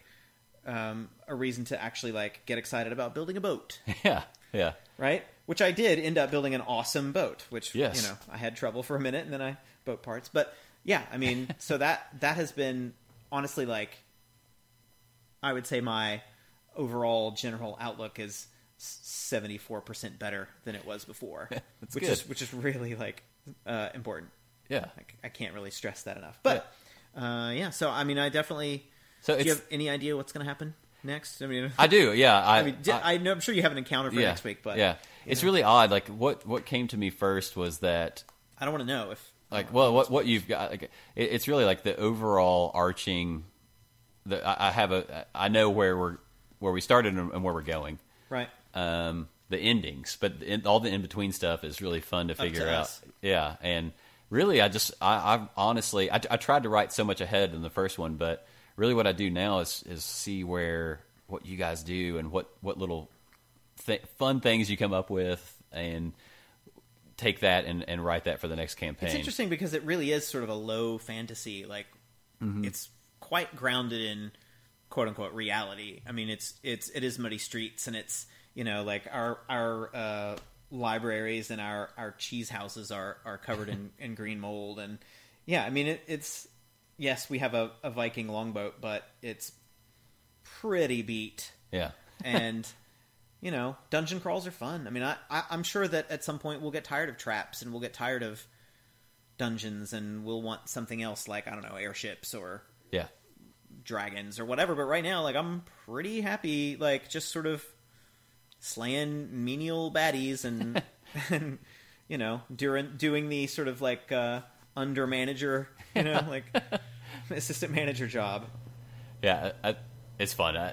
um, a reason to actually like get excited about building a boat
yeah, yeah,
right which i did end up building an awesome boat which
Yes.
you know i had trouble for a minute and then i boat parts but yeah i mean so that that has been honestly like i would say my overall general outlook is 74% better than it was before
That's
which
good.
is which is really like uh, important
yeah.
I, c- I can't really stress that enough but uh, yeah so i mean i definitely
So
do you
it's-
have any idea what's going to happen next i mean
I do. Yeah, I,
I mean, di- I, know I'm sure you have an encounter for
yeah,
next week, but
yeah, it's really odd. Like what what came to me first was that
I don't want to know if
like well what what you've got like, it, it's really like the overall arching the I, I have a i know where we're where we started and, and where we're going
right.
um the endings but in, all the in between stuff is really fun to figure out
us.
yeah and really i just i i honestly I, I tried to write so much ahead in the first one but really what i do now is is see where what you guys do and what what little th- fun things you come up with and take that and, and write that for the next campaign
It's interesting because it really is sort of a low fantasy. Like it's quite grounded in quote unquote reality. I mean, it's it's it is muddy streets, and it's you know like our our uh, libraries and our our cheese houses are are covered in, in green mold, and yeah, I mean it, it's yes we have a, a Viking longboat, but it's pretty beat.
Yeah.
and you know dungeon crawls are fun i mean I, I i'm sure that at some point we'll get tired of traps and we'll get tired of dungeons and we'll want something else like i don't know airships or
Yeah.
dragons or whatever but right now like i'm pretty happy like just sort of slaying menial baddies and and you know doing doing the sort of like uh under manager you know like assistant manager job
Yeah. I, I- it's fun. I,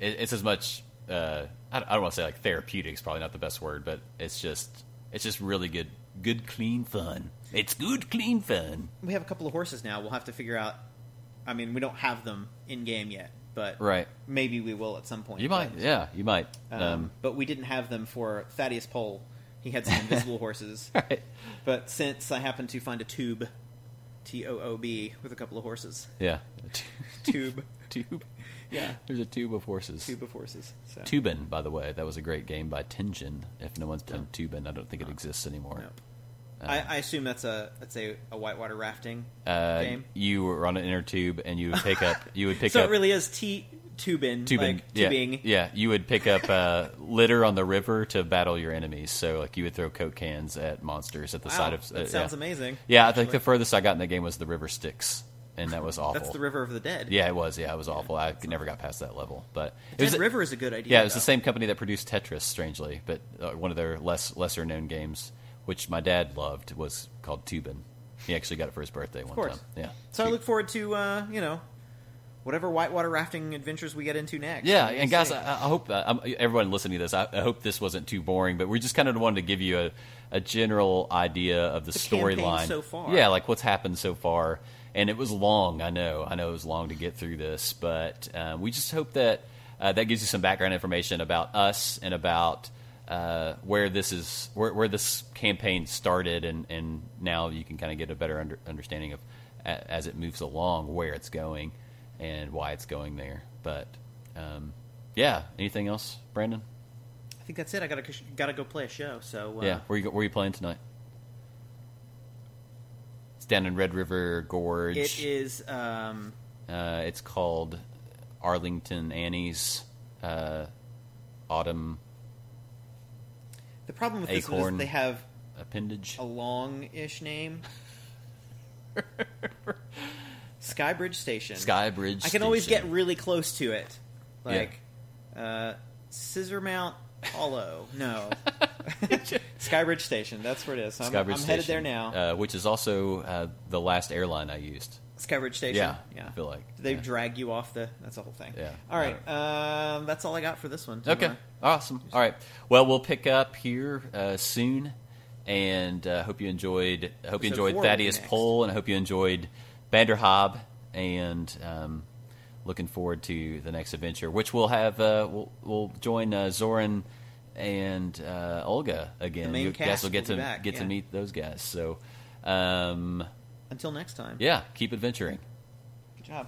it, it's as much, uh, I, don't- I don't want to say like therapeutic is probably not the best word, but it's just, it's just really good, good, clean fun. It's good, clean fun.
We have a couple of horses now. We'll have to figure out. I mean, we don't have them in game yet, but
Right.
maybe we will at some point.
You might,
but,
yeah, you might.
um, but we didn't have them for Thaddeus Pole. He had some invisible horses.
right.
But since I happened to find a tube, T O O B, with a couple of horses,
Yeah.
tube,
tube.
yeah,
There's a tube of horses.
tube of horses. So
Tubin, by the way, that was a great game by Tenjin. If no one's playing Tubin, I don't think it exists anymore.
Nope. I, I assume that's a that's a, a whitewater rafting
Uh,
game.
you were on an inner tube, and you would pick up. You would pick
so
up
it really is t tubing,
tubing.
like
yeah,
tubing.
yeah. You would pick up uh, litter on the river to battle your enemies. So like you would throw coke cans at monsters at the
Wow,
side of. uh,
that sounds
yeah.
amazing.
Yeah, I think the furthest I got in the game was the river Styx, and that was awful.
That's the river of the dead.
Yeah, it was. Yeah, it was awful. I never got past that level, but it
Dead
was.
River is a good idea.
yeah, it was the
though.
same company that produced Tetris, strangely, but uh, one of their less lesser known games, which my dad loved, was called Tubin. He actually got it for his birthday one
course.
time. Yeah.
So I look forward to uh, you know whatever whitewater rafting adventures we get into next.
Yeah,
We'll
and guys,
see.
I, I hope uh, I'm, everyone listening to this, I, I hope this wasn't too boring, but we just kind of wanted to give you a, a general idea of the,
campaign
storyline
so far.
Yeah, like what's happened so far, and it was long. I know, I know it was long to get through this, but um, we just hope that uh, that gives you some background information about us and about uh, where this is, where, where this campaign started, and, and now you can kind of get a better under, understanding of a, as it moves along where it's going and why it's going there, but. Um, yeah. Anything else, Brandon?
I think that's it. I gotta gotta go play a show. So uh,
Yeah. Where you go- where you playing tonight? It's down in Red River Gorge.
it is. Um,
Uh, it's called Arlington Annie's uh, Autumn
the problem with this one
Acorn.
is they have
Appendage.
a long-ish name. Skybridge Station.
Skybridge.
I can always get
Station.
really close to it,
Yeah.
like uh, Scissor Mount Hollow. No, Skybridge Station. That's where it is. So I'm,
Skybridge
I'm headed there
Station,
now.
uh, which is also uh, the last airline I used.
Skybridge Station.
Yeah,
yeah.
I feel like
they
yeah.
drag you off the. That's a whole thing.
Yeah,
All
I
right. Um, that's all I got for this one.
Okay. Awesome. All right. Well, we'll pick up here uh, soon, and uh, hope you enjoyed. Hope you
Episode
enjoyed
four will be
Thaddeus
next.
Pole, and I hope you enjoyed Vanderhob, and um, looking forward to the next adventure, which we'll have. Uh, we'll, we'll join uh, Zoran and uh, Olga again.
main
you guys
cast
will get
will
to
be back,
get to
yeah.
meet those guys. So, um,
Until next time.
yeah, keep adventuring.
Good job.